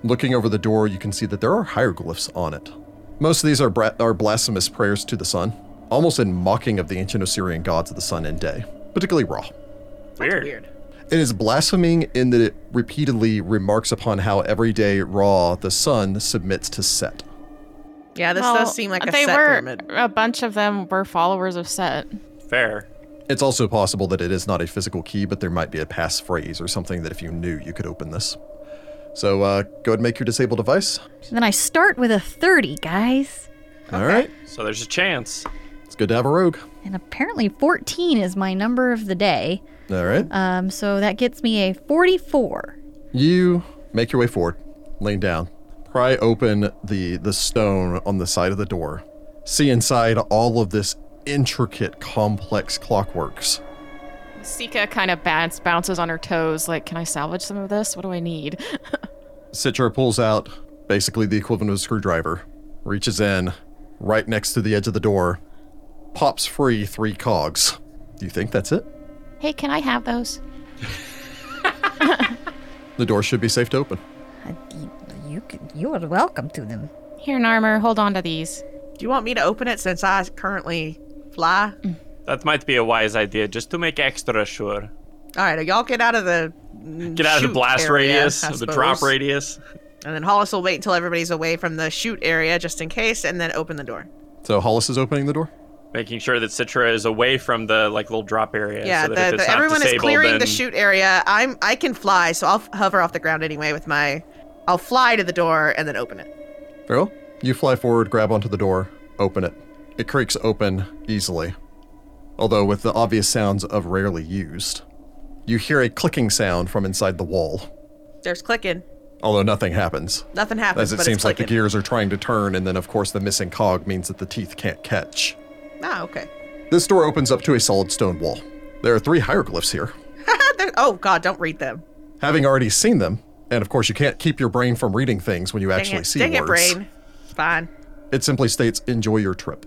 [SPEAKER 1] Looking over the door, you can see that there are hieroglyphs on it. Most of these are, bra- are blasphemous prayers to the sun, almost in mocking of the ancient Assyrian gods of the sun and day, particularly Ra.
[SPEAKER 2] Weird.
[SPEAKER 5] Weird.
[SPEAKER 1] It is blaspheming in that it repeatedly remarks upon how every day Ra, the sun, submits to Set.
[SPEAKER 5] Yeah, this
[SPEAKER 3] Well,
[SPEAKER 5] does seem like a
[SPEAKER 3] they
[SPEAKER 5] set
[SPEAKER 3] were
[SPEAKER 5] pyramid.
[SPEAKER 3] a bunch of them were followers of Set.
[SPEAKER 2] Fair.
[SPEAKER 1] It's also possible that it is not a physical key, but there might be a passphrase or something that if you knew, you could open this. So uh, go ahead and make your disable device.
[SPEAKER 4] And then I start with a 30, guys.
[SPEAKER 1] All right.
[SPEAKER 2] So there's a chance.
[SPEAKER 1] Let's Cadaverogue.
[SPEAKER 4] And apparently 14 is my number of the day.
[SPEAKER 1] All right.
[SPEAKER 4] Um, so that gets me a 44.
[SPEAKER 1] You make your way forward, laying down. Pry open the the stone on the side of the door. See inside all of this intricate, complex clockworks.
[SPEAKER 3] Sika kind of bounce, bounces on her toes, like, can I salvage some of this? What do I need?
[SPEAKER 1] Citra pulls out basically the equivalent of a screwdriver, reaches in right next to the edge of the door, pops free three cogs. Do you think that's it?
[SPEAKER 3] hey, can I have those?
[SPEAKER 1] The door should be safe to open.
[SPEAKER 4] I- Uh, you- You, c- you are welcome to them.
[SPEAKER 3] Here, Narmer, hold on to these.
[SPEAKER 5] Do you want me to open it since I currently fly?
[SPEAKER 3] Mm.
[SPEAKER 2] That might be a wise idea, just to make extra sure.
[SPEAKER 5] All right, y'all get out of the
[SPEAKER 2] Get out of the blast radius,
[SPEAKER 5] of
[SPEAKER 2] of the drop radius.
[SPEAKER 5] and then Hollis will wait until everybody's away from the shoot area just in case, and then open the door.
[SPEAKER 1] So Hollis is opening the door.
[SPEAKER 2] Making sure that Citra is away from the like little drop area.
[SPEAKER 5] yeah,
[SPEAKER 2] so that if
[SPEAKER 5] the,
[SPEAKER 2] it's
[SPEAKER 5] the,
[SPEAKER 2] not
[SPEAKER 5] everyone is
[SPEAKER 2] disabled,
[SPEAKER 5] clearing the
[SPEAKER 2] then-
[SPEAKER 5] shoot area. I'm I can fly, so I'll f- hover off the ground anyway with my. I'll fly to the door and then open it.
[SPEAKER 1] Farrell, you fly forward, grab onto the door, open it. It creaks open easily, although with the obvious sounds of rarely used. You hear a clicking sound from inside the wall,
[SPEAKER 5] There's clicking. although
[SPEAKER 1] although nothing happens.
[SPEAKER 5] Nothing happens,
[SPEAKER 1] As it
[SPEAKER 5] but
[SPEAKER 1] seems
[SPEAKER 5] it's
[SPEAKER 1] like the
[SPEAKER 5] clicking.
[SPEAKER 1] gears are trying to turn, and then, of course, the missing cog means that the teeth can't catch.
[SPEAKER 5] Ah, okay.
[SPEAKER 1] This door opens up to a solid stone wall. There are three hieroglyphs here.
[SPEAKER 5] There- oh God, don't read them.
[SPEAKER 1] Having already seen them, and of course, you can't keep your brain from reading things when you
[SPEAKER 5] Dang
[SPEAKER 1] actually
[SPEAKER 5] it,
[SPEAKER 1] see
[SPEAKER 5] dang
[SPEAKER 1] words.
[SPEAKER 5] it, brain. Fine.
[SPEAKER 1] It simply states, enjoy your trip.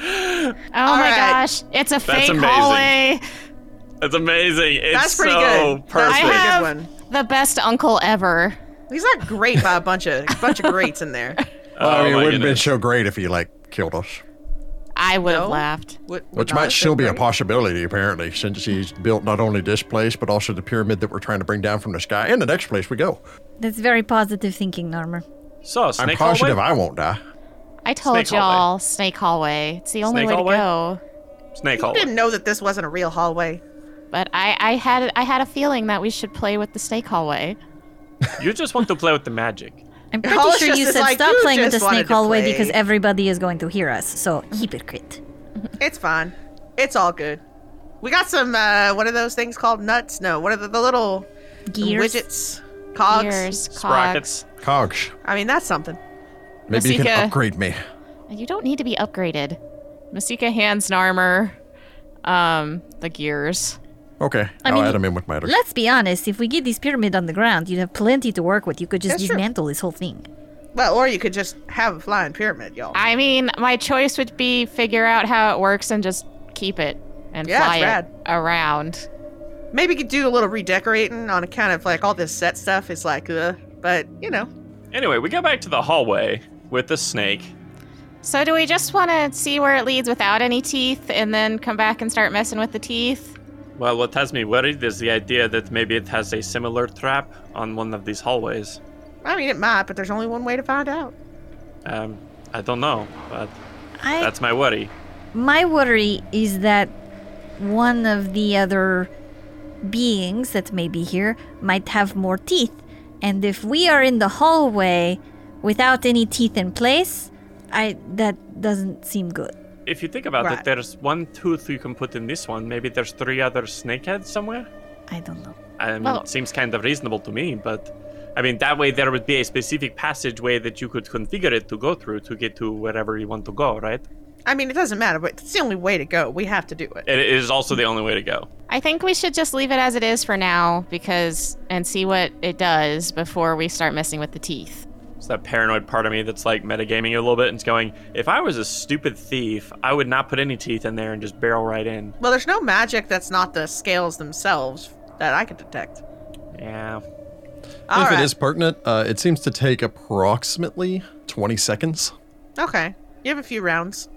[SPEAKER 3] Oh my
[SPEAKER 5] right.
[SPEAKER 3] gosh, it's a fake
[SPEAKER 2] amazing.
[SPEAKER 3] hallway.
[SPEAKER 2] That's amazing. It's
[SPEAKER 5] That's pretty
[SPEAKER 2] so
[SPEAKER 5] good. That's
[SPEAKER 2] perfect.
[SPEAKER 3] I
[SPEAKER 5] pretty good
[SPEAKER 3] have
[SPEAKER 5] one.
[SPEAKER 3] the best uncle ever.
[SPEAKER 5] These are great by a bunch of bunch of greats in there.
[SPEAKER 1] Well, I mean, it
[SPEAKER 2] Oh my
[SPEAKER 1] wouldn't have been
[SPEAKER 2] goodness.
[SPEAKER 1] so great if you, like, killed us.
[SPEAKER 3] I would have
[SPEAKER 5] No?
[SPEAKER 3] laughed.
[SPEAKER 5] What,
[SPEAKER 1] Which
[SPEAKER 5] not
[SPEAKER 1] might still be a
[SPEAKER 5] great?
[SPEAKER 1] possibility, apparently, since she's built not only this place, but also the pyramid that we're trying to bring down from the sky and the next place we go.
[SPEAKER 4] That's very positive thinking, Normer.
[SPEAKER 2] So, snake
[SPEAKER 1] I'm positive
[SPEAKER 2] hallway?
[SPEAKER 1] I won't die.
[SPEAKER 3] I told
[SPEAKER 2] Snake
[SPEAKER 3] y'all,
[SPEAKER 2] hallway.
[SPEAKER 3] snake hallway. It's the only
[SPEAKER 2] Snake hallway?
[SPEAKER 3] way to
[SPEAKER 2] Snake
[SPEAKER 5] You didn't
[SPEAKER 2] hallway.
[SPEAKER 5] know that this wasn't a real hallway.
[SPEAKER 3] go. But I, I had, I had a feeling that we should play with the snake hallway.
[SPEAKER 2] You just want to play with the magic.
[SPEAKER 4] I'm pretty
[SPEAKER 5] Hollis
[SPEAKER 4] sure
[SPEAKER 5] just
[SPEAKER 4] you
[SPEAKER 5] is
[SPEAKER 4] said
[SPEAKER 5] like,
[SPEAKER 4] stop
[SPEAKER 5] "You
[SPEAKER 4] playing with the
[SPEAKER 5] just wanted
[SPEAKER 4] snake
[SPEAKER 5] to
[SPEAKER 4] hallway
[SPEAKER 5] play."
[SPEAKER 4] because everybody is going to hear us. So hypocrite.
[SPEAKER 5] It's fine. It's all good. We got some. Uh, what are those things called? Nuts? No. What are the, the little
[SPEAKER 4] Gears.
[SPEAKER 5] widgets? Cogs.
[SPEAKER 3] Gears, cogs.
[SPEAKER 2] Sprockets.
[SPEAKER 1] Cogs,
[SPEAKER 5] I mean, that's something.
[SPEAKER 1] maybe you
[SPEAKER 3] Masika.
[SPEAKER 1] can upgrade me.
[SPEAKER 3] You don't need to be upgraded. Masika hands Narmer, um, the gears.
[SPEAKER 1] Okay,
[SPEAKER 4] I
[SPEAKER 1] I
[SPEAKER 4] mean,
[SPEAKER 1] will add him in with my other.
[SPEAKER 4] Let's be honest. If we get this pyramid on the ground, you'd have plenty to work with. You could just
[SPEAKER 5] That's true.
[SPEAKER 4] dismantle this whole thing.
[SPEAKER 5] Well, or you could just have a flying pyramid, y'all.
[SPEAKER 3] I mean, my choice would be figure out how it works and just keep it and
[SPEAKER 5] Yeah, it's
[SPEAKER 3] fly it
[SPEAKER 5] rad.
[SPEAKER 3] around.
[SPEAKER 5] Maybe you could do a little redecorating on account of like all this set stuff is like, uh, but you know,
[SPEAKER 2] Anyway, we go back to the hallway with the snake.
[SPEAKER 3] So, do we just want to see where it leads without any teeth and then come back and start messing with the teeth?
[SPEAKER 2] Well, what has me worried is the idea that maybe it has a similar trap on one of these hallways.
[SPEAKER 5] I mean, it might, but there's only one way to find out.
[SPEAKER 2] Um, I don't know, but
[SPEAKER 4] I,
[SPEAKER 2] that's my worry.
[SPEAKER 4] My worry is that one of the other beings that may be here might have more teeth. And if we are in the hallway without any teeth in place, I that doesn't seem good.
[SPEAKER 2] If you think about
[SPEAKER 5] Right.
[SPEAKER 2] it, there's one tooth you can put in this one. Maybe there's three other snake heads somewhere.
[SPEAKER 4] I don't know.
[SPEAKER 2] I mean,
[SPEAKER 3] Well-
[SPEAKER 2] it seems kind of reasonable to me, but I mean, that way there would be a specific passageway that you could configure it to go through to get to wherever you want to go, right?
[SPEAKER 5] I mean, it doesn't matter, but it's the only way to go. We have to do it.
[SPEAKER 2] It is also the only way to go.
[SPEAKER 3] I think we should just leave it as it is for now because and see what it does before we start messing with the teeth.
[SPEAKER 2] It's that paranoid part of me that's like metagaming a little bit and it's going, if I was a stupid thief, I would not put any teeth in there and just barrel right in.
[SPEAKER 5] Well, there's no magic that's not the scales themselves that I can detect.
[SPEAKER 2] Yeah.
[SPEAKER 5] All
[SPEAKER 1] if
[SPEAKER 5] right.
[SPEAKER 1] it is pertinent, uh, it seems to take approximately 20 seconds.
[SPEAKER 5] Okay. You have a few rounds.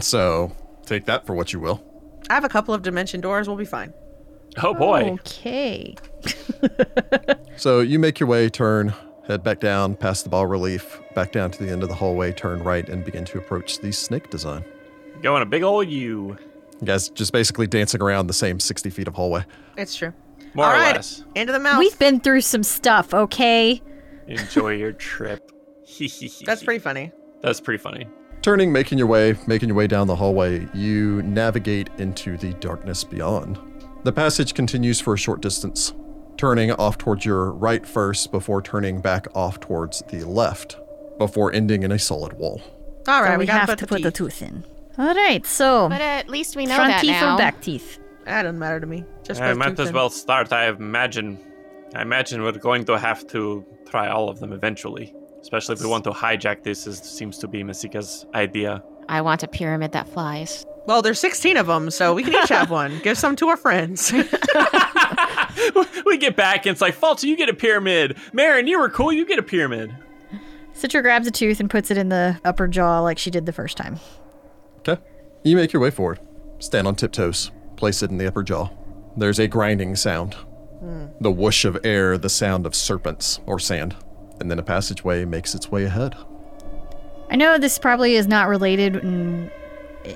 [SPEAKER 1] So take that for what you will.
[SPEAKER 5] I have a couple of dimension doors. We'll be fine.
[SPEAKER 2] Oh boy.
[SPEAKER 4] Okay.
[SPEAKER 1] So you make your way, turn, head back down, past the ball relief, back down to the end of the hallway, turn right, and begin to approach the snake design.
[SPEAKER 2] Going a big old U.
[SPEAKER 1] You guys just basically dancing around the same 60 feet of hallway.
[SPEAKER 5] It's true.
[SPEAKER 2] More
[SPEAKER 5] All
[SPEAKER 2] or
[SPEAKER 5] right,
[SPEAKER 2] less.
[SPEAKER 5] Into the mouth.
[SPEAKER 4] We've been through some stuff, okay?
[SPEAKER 2] Enjoy your trip.
[SPEAKER 5] That's pretty funny.
[SPEAKER 2] That's pretty funny.
[SPEAKER 1] Turning, making your way, making your way down the hallway, you navigate into the darkness beyond. The passage continues for a short distance, turning off towards your right first before turning back off towards the left, before ending in a solid wall.
[SPEAKER 5] All right,
[SPEAKER 4] So
[SPEAKER 5] we,
[SPEAKER 4] we
[SPEAKER 5] gotta
[SPEAKER 4] have
[SPEAKER 5] put
[SPEAKER 4] to
[SPEAKER 5] the
[SPEAKER 4] put the
[SPEAKER 5] teeth.
[SPEAKER 4] tooth in. All right, so
[SPEAKER 3] But at least we know
[SPEAKER 4] front
[SPEAKER 3] that
[SPEAKER 4] teeth
[SPEAKER 3] now.
[SPEAKER 4] or back teeth?
[SPEAKER 5] That doesn't matter to me. Just
[SPEAKER 2] I
[SPEAKER 5] put the
[SPEAKER 2] might
[SPEAKER 5] tooth
[SPEAKER 2] as
[SPEAKER 5] in.
[SPEAKER 2] well start. I imagine, I imagine we're going to have to try all of them eventually, especially if we want to hijack this. As seems to be Masika's idea.
[SPEAKER 3] I want a pyramid that flies.
[SPEAKER 5] Well, there's 16 of them, so we can each have one. Give some to our friends.
[SPEAKER 2] we get back and it's like, Falta, you get a pyramid. Marin, you were cool. You get a pyramid.
[SPEAKER 4] Citra grabs a tooth and puts it in the upper jaw like she did the first time.
[SPEAKER 1] Okay. You make your way forward. Stand on tiptoes. Place it in the upper jaw. There's a grinding sound. The whoosh of air, the sound of serpents or sand. And then a passageway makes its way ahead.
[SPEAKER 4] I know this probably is not related in,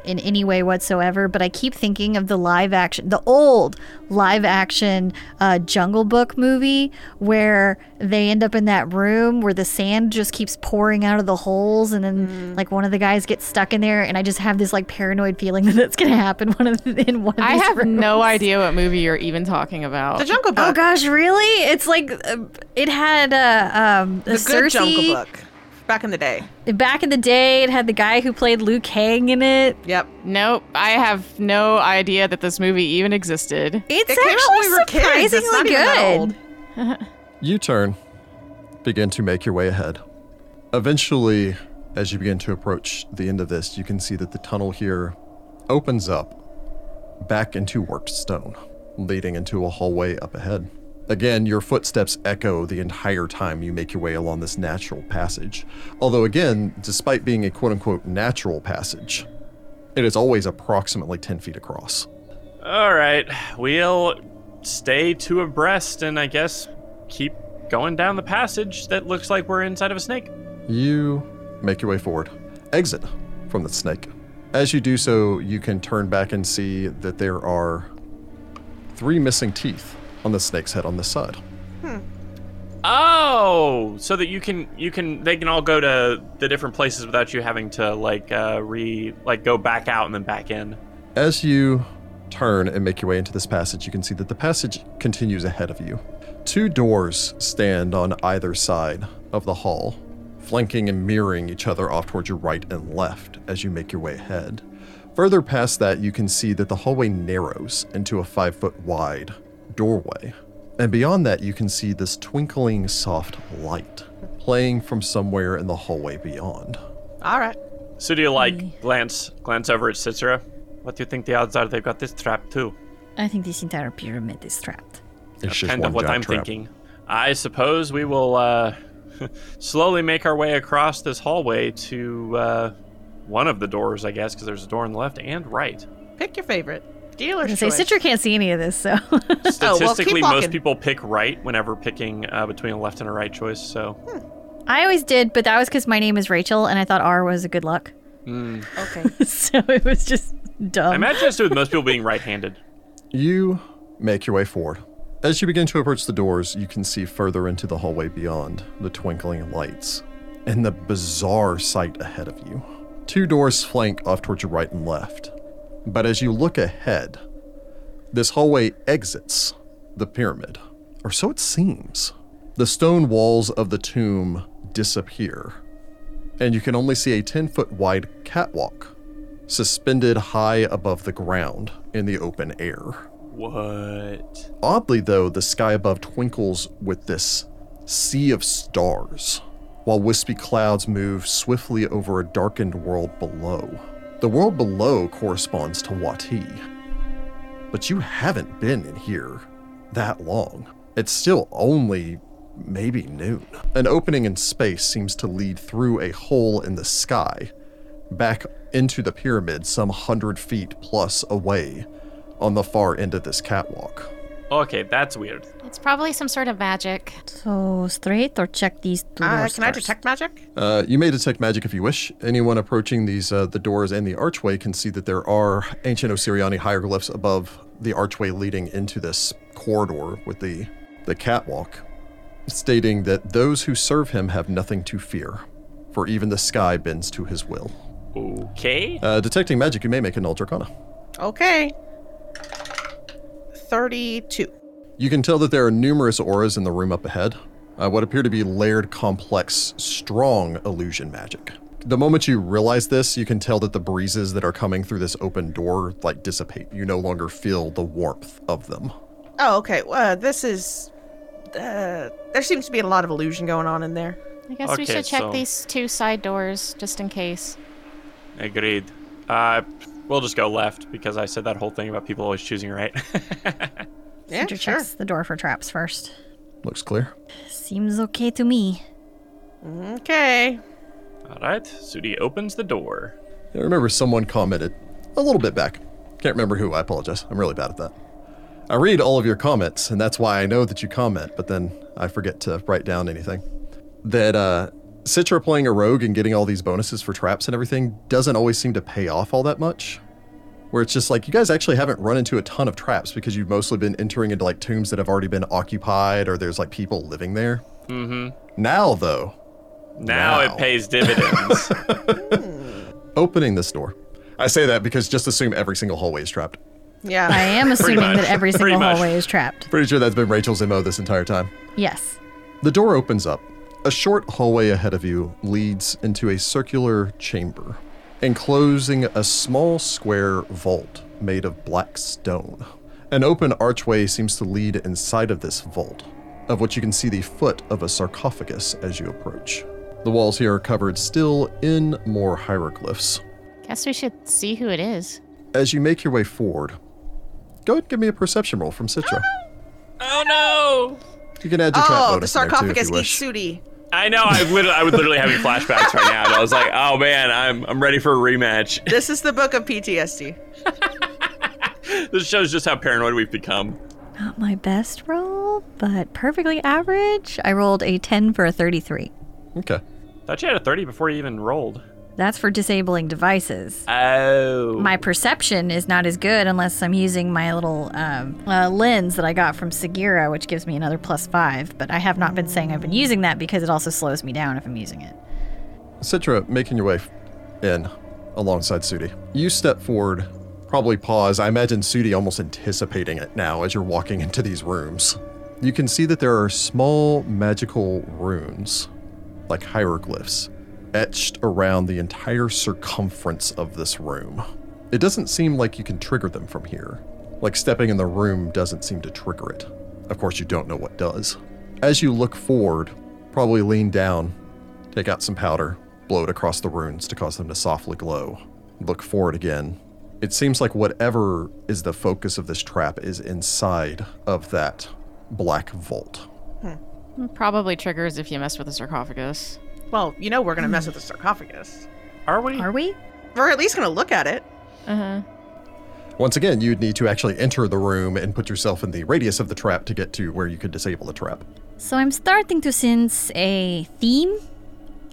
[SPEAKER 4] in any way whatsoever, but I keep thinking of the live action, the old live action uh, Jungle Book movie where they end up in that room where the sand just keeps pouring out of the holes, and then
[SPEAKER 3] Mm.
[SPEAKER 4] like one of the guys gets stuck in there, and I just have this like paranoid feeling that that's gonna happen one of the, in one. Of
[SPEAKER 3] I
[SPEAKER 4] these
[SPEAKER 3] have
[SPEAKER 4] rooms.
[SPEAKER 3] no idea what movie you're even talking about.
[SPEAKER 5] the Jungle
[SPEAKER 4] Oh
[SPEAKER 5] Book.
[SPEAKER 4] gosh, really? It's like uh, it had uh, um,
[SPEAKER 5] the good
[SPEAKER 4] Cersei
[SPEAKER 5] Jungle Book. Back in the day.
[SPEAKER 4] back in the day. It had the guy who played Luke Kang in it.
[SPEAKER 5] Yep.
[SPEAKER 3] nope, I have no idea that this movie even existed.
[SPEAKER 4] It's
[SPEAKER 5] It came out when we were kids. It's not even that old.
[SPEAKER 1] You turn, begin to make your way ahead. Eventually, as you begin to approach the end of this, you can see that the tunnel here opens up back into worked stone, leading into a hallway up ahead. Again, your footsteps echo the entire time you make your way along this natural passage. Although, again, despite being a quote unquote natural passage, it is always approximately 10 feet across.
[SPEAKER 2] All right, we'll stay two abreast and I guess keep going down the passage that looks like we're inside of a snake.
[SPEAKER 1] You make your way forward, exit from the snake. As you do so, you can turn back and see that there are three missing teeth on the snake's head on this side.
[SPEAKER 2] Oh, so that you can you can they can all go to the different places without you having to like uh, re like go back out and then back in.
[SPEAKER 1] As you turn and make your way into this passage, you can see that the passage continues ahead of you. Two doors stand on either side of the hall, flanking and mirroring each other off towards your right and left as you make your way ahead. Further past that, you can see that the hallway narrows into a five foot wide doorway. And beyond that, you can see this twinkling soft light playing from somewhere in the hallway beyond.
[SPEAKER 5] All right.
[SPEAKER 2] So do you like glance glance over at Cicera? What do you think the odds are they've got this trap too?
[SPEAKER 4] I think this entire pyramid is trapped.
[SPEAKER 1] It's just
[SPEAKER 2] kind of
[SPEAKER 1] one
[SPEAKER 2] what
[SPEAKER 1] giant
[SPEAKER 2] I'm
[SPEAKER 1] trap.
[SPEAKER 2] thinking. I suppose we will uh, slowly make our way across this hallway to uh, one of the doors, I guess, because there's a door on the left and right.
[SPEAKER 1] Oh,
[SPEAKER 5] Pick your favorite. Dealer's
[SPEAKER 4] I say
[SPEAKER 5] choice.
[SPEAKER 4] Citra can't see any of this, so
[SPEAKER 5] well, keep
[SPEAKER 2] Statistically, most
[SPEAKER 5] walking.
[SPEAKER 2] people pick right whenever picking uh, between a left and a right choice. So,
[SPEAKER 1] Hmm.
[SPEAKER 4] I always did, but that was because my name is Rachel, and I thought R was a good luck,
[SPEAKER 2] Mm.
[SPEAKER 5] okay.
[SPEAKER 4] so it was just
[SPEAKER 2] I
[SPEAKER 4] dumb.
[SPEAKER 2] imagine it's with most people being right-handed.
[SPEAKER 1] You make your way forward. As you begin to approach the doors, you can see further into the hallway beyond the twinkling lights and the bizarre sight ahead of you. Two doors flank off towards your right and left. But as you look ahead, this hallway exits the pyramid, or so it seems. The stone walls of the tomb disappear, and you can only see a 10 foot wide catwalk suspended high above the ground in the open air.
[SPEAKER 2] What?
[SPEAKER 1] Oddly, though, the sky above twinkles with this sea of stars, while wispy clouds move swiftly over a darkened world below. The world below corresponds to Wati. But you haven't been in here that long. It's still only maybe noon. An opening in space seems to lead through a hole in the sky back into the pyramid some hundred feet plus away on the far end of this catwalk.
[SPEAKER 2] Okay, that's weird.
[SPEAKER 3] It's probably some sort of magic.
[SPEAKER 4] so straight or check these two
[SPEAKER 5] Uh,
[SPEAKER 4] doors
[SPEAKER 5] can I
[SPEAKER 4] first?
[SPEAKER 5] detect magic?
[SPEAKER 1] Uh, you may detect magic if you wish. Anyone approaching these uh, the doors and the archway can see that there are ancient Osiriani hieroglyphs above the archway leading into this corridor with the the catwalk, stating that those who serve him have nothing to fear. for even the sky bends to his will.
[SPEAKER 2] Okay.
[SPEAKER 1] Uh, detecting magic, you may make an Ultracana.
[SPEAKER 5] Okay. 32.
[SPEAKER 1] You can tell that there are numerous auras in the room up ahead, uh, what appear to be layered, complex, strong illusion magic. The moment you realize this, you can tell that the breezes that are coming through this open door like dissipate. You no longer feel the warmth of them.
[SPEAKER 5] Oh, okay. Uh, this is. Uh, there seems to be a lot of illusion going on in there.
[SPEAKER 3] I guess we
[SPEAKER 2] Okay,
[SPEAKER 3] should check
[SPEAKER 2] so-
[SPEAKER 3] these two side doors just in case.
[SPEAKER 2] Agreed. Uh, we'll just go left because I said that whole thing about people always choosing right.
[SPEAKER 5] Yeah,
[SPEAKER 4] Hunter checks the door for traps first.
[SPEAKER 1] Looks clear.
[SPEAKER 4] Seems okay to me.
[SPEAKER 5] Okay.
[SPEAKER 2] All right. Sudi opens the door.
[SPEAKER 1] I remember someone commented a little bit back. Can't remember who, I apologize. I'm really bad at that. I read all of your comments, and that's why I know that you comment, but then I forget to write down anything. That uh, Citra playing a rogue and getting all these bonuses for traps and everything doesn't always seem to pay off all that much. Where it's just like, you guys actually haven't run into a ton of traps because you've mostly been entering into like tombs that have already been occupied or there's like people living there. Mm-hmm. Now, though,
[SPEAKER 2] Now
[SPEAKER 1] Wow.
[SPEAKER 2] it pays dividends.
[SPEAKER 1] opening this door, I say that because just assume every single hallway is trapped.
[SPEAKER 4] I
[SPEAKER 5] Yeah.
[SPEAKER 4] am assuming
[SPEAKER 2] much.
[SPEAKER 4] that every
[SPEAKER 2] Pretty
[SPEAKER 4] single
[SPEAKER 2] much.
[SPEAKER 4] hallway is trapped.
[SPEAKER 1] Pretty sure that's been Rachel's MO this entire time.
[SPEAKER 4] Yes.
[SPEAKER 1] The door opens up. A short hallway ahead of you leads into a circular chamber, enclosing a small square vault made of black stone. An open archway seems to lead inside of this vault, of which you can see the foot of a sarcophagus as you approach. The walls here are covered still in more hieroglyphs.
[SPEAKER 3] Guess we should see who it is.
[SPEAKER 1] As you make your way forward, go ahead and give me a perception roll from Citra.
[SPEAKER 2] oh no!
[SPEAKER 1] You can add your trap
[SPEAKER 5] Oh, the
[SPEAKER 1] bonus in there, too, if
[SPEAKER 5] sarcophagus
[SPEAKER 1] you
[SPEAKER 5] eats
[SPEAKER 1] wish.
[SPEAKER 5] Sudi.
[SPEAKER 2] I know. I would. I would literally having flashbacks right now. I was like, oh man, I'm I'm ready for a rematch.
[SPEAKER 5] This is the book of PTSD.
[SPEAKER 2] this shows just how paranoid we've become.
[SPEAKER 4] Not my best roll, but perfectly average. I rolled a 10 for a 33.
[SPEAKER 1] Okay.
[SPEAKER 2] Thought you had a thirty before you even rolled.
[SPEAKER 4] That's for disabling devices.
[SPEAKER 2] Oh.
[SPEAKER 4] My perception is not as good unless I'm using my little um, uh, lens that I got from Segura, which gives me another plus five. But I have not been saying I've been using that because it also slows me down if I'm using it.
[SPEAKER 1] Citra, making your way f- in alongside Sudi, you step forward, probably pause. I imagine Sudi almost anticipating it now as you're walking into these rooms. You can see that there are small magical runes, like hieroglyphs, etched around the entire circumference of this room. It doesn't seem like you can trigger them from here. Like stepping in the room doesn't seem to trigger it. Of course, you don't know what does. As you look forward, probably lean down, Take out some powder, blow it across the runes to cause them to softly glow. Look forward again. It seems like whatever is the focus of this trap is inside of that black vault.
[SPEAKER 3] Probably triggers if you mess with the sarcophagus.
[SPEAKER 5] Well, you know we're going to mess with the sarcophagus.
[SPEAKER 2] Are we?
[SPEAKER 4] Are we?
[SPEAKER 5] We're at least going to look at it.
[SPEAKER 3] Uh huh.
[SPEAKER 1] Once again, you'd need to actually enter the room and put yourself in the radius of the trap to get to where you could disable the trap.
[SPEAKER 4] So I'm starting to sense a theme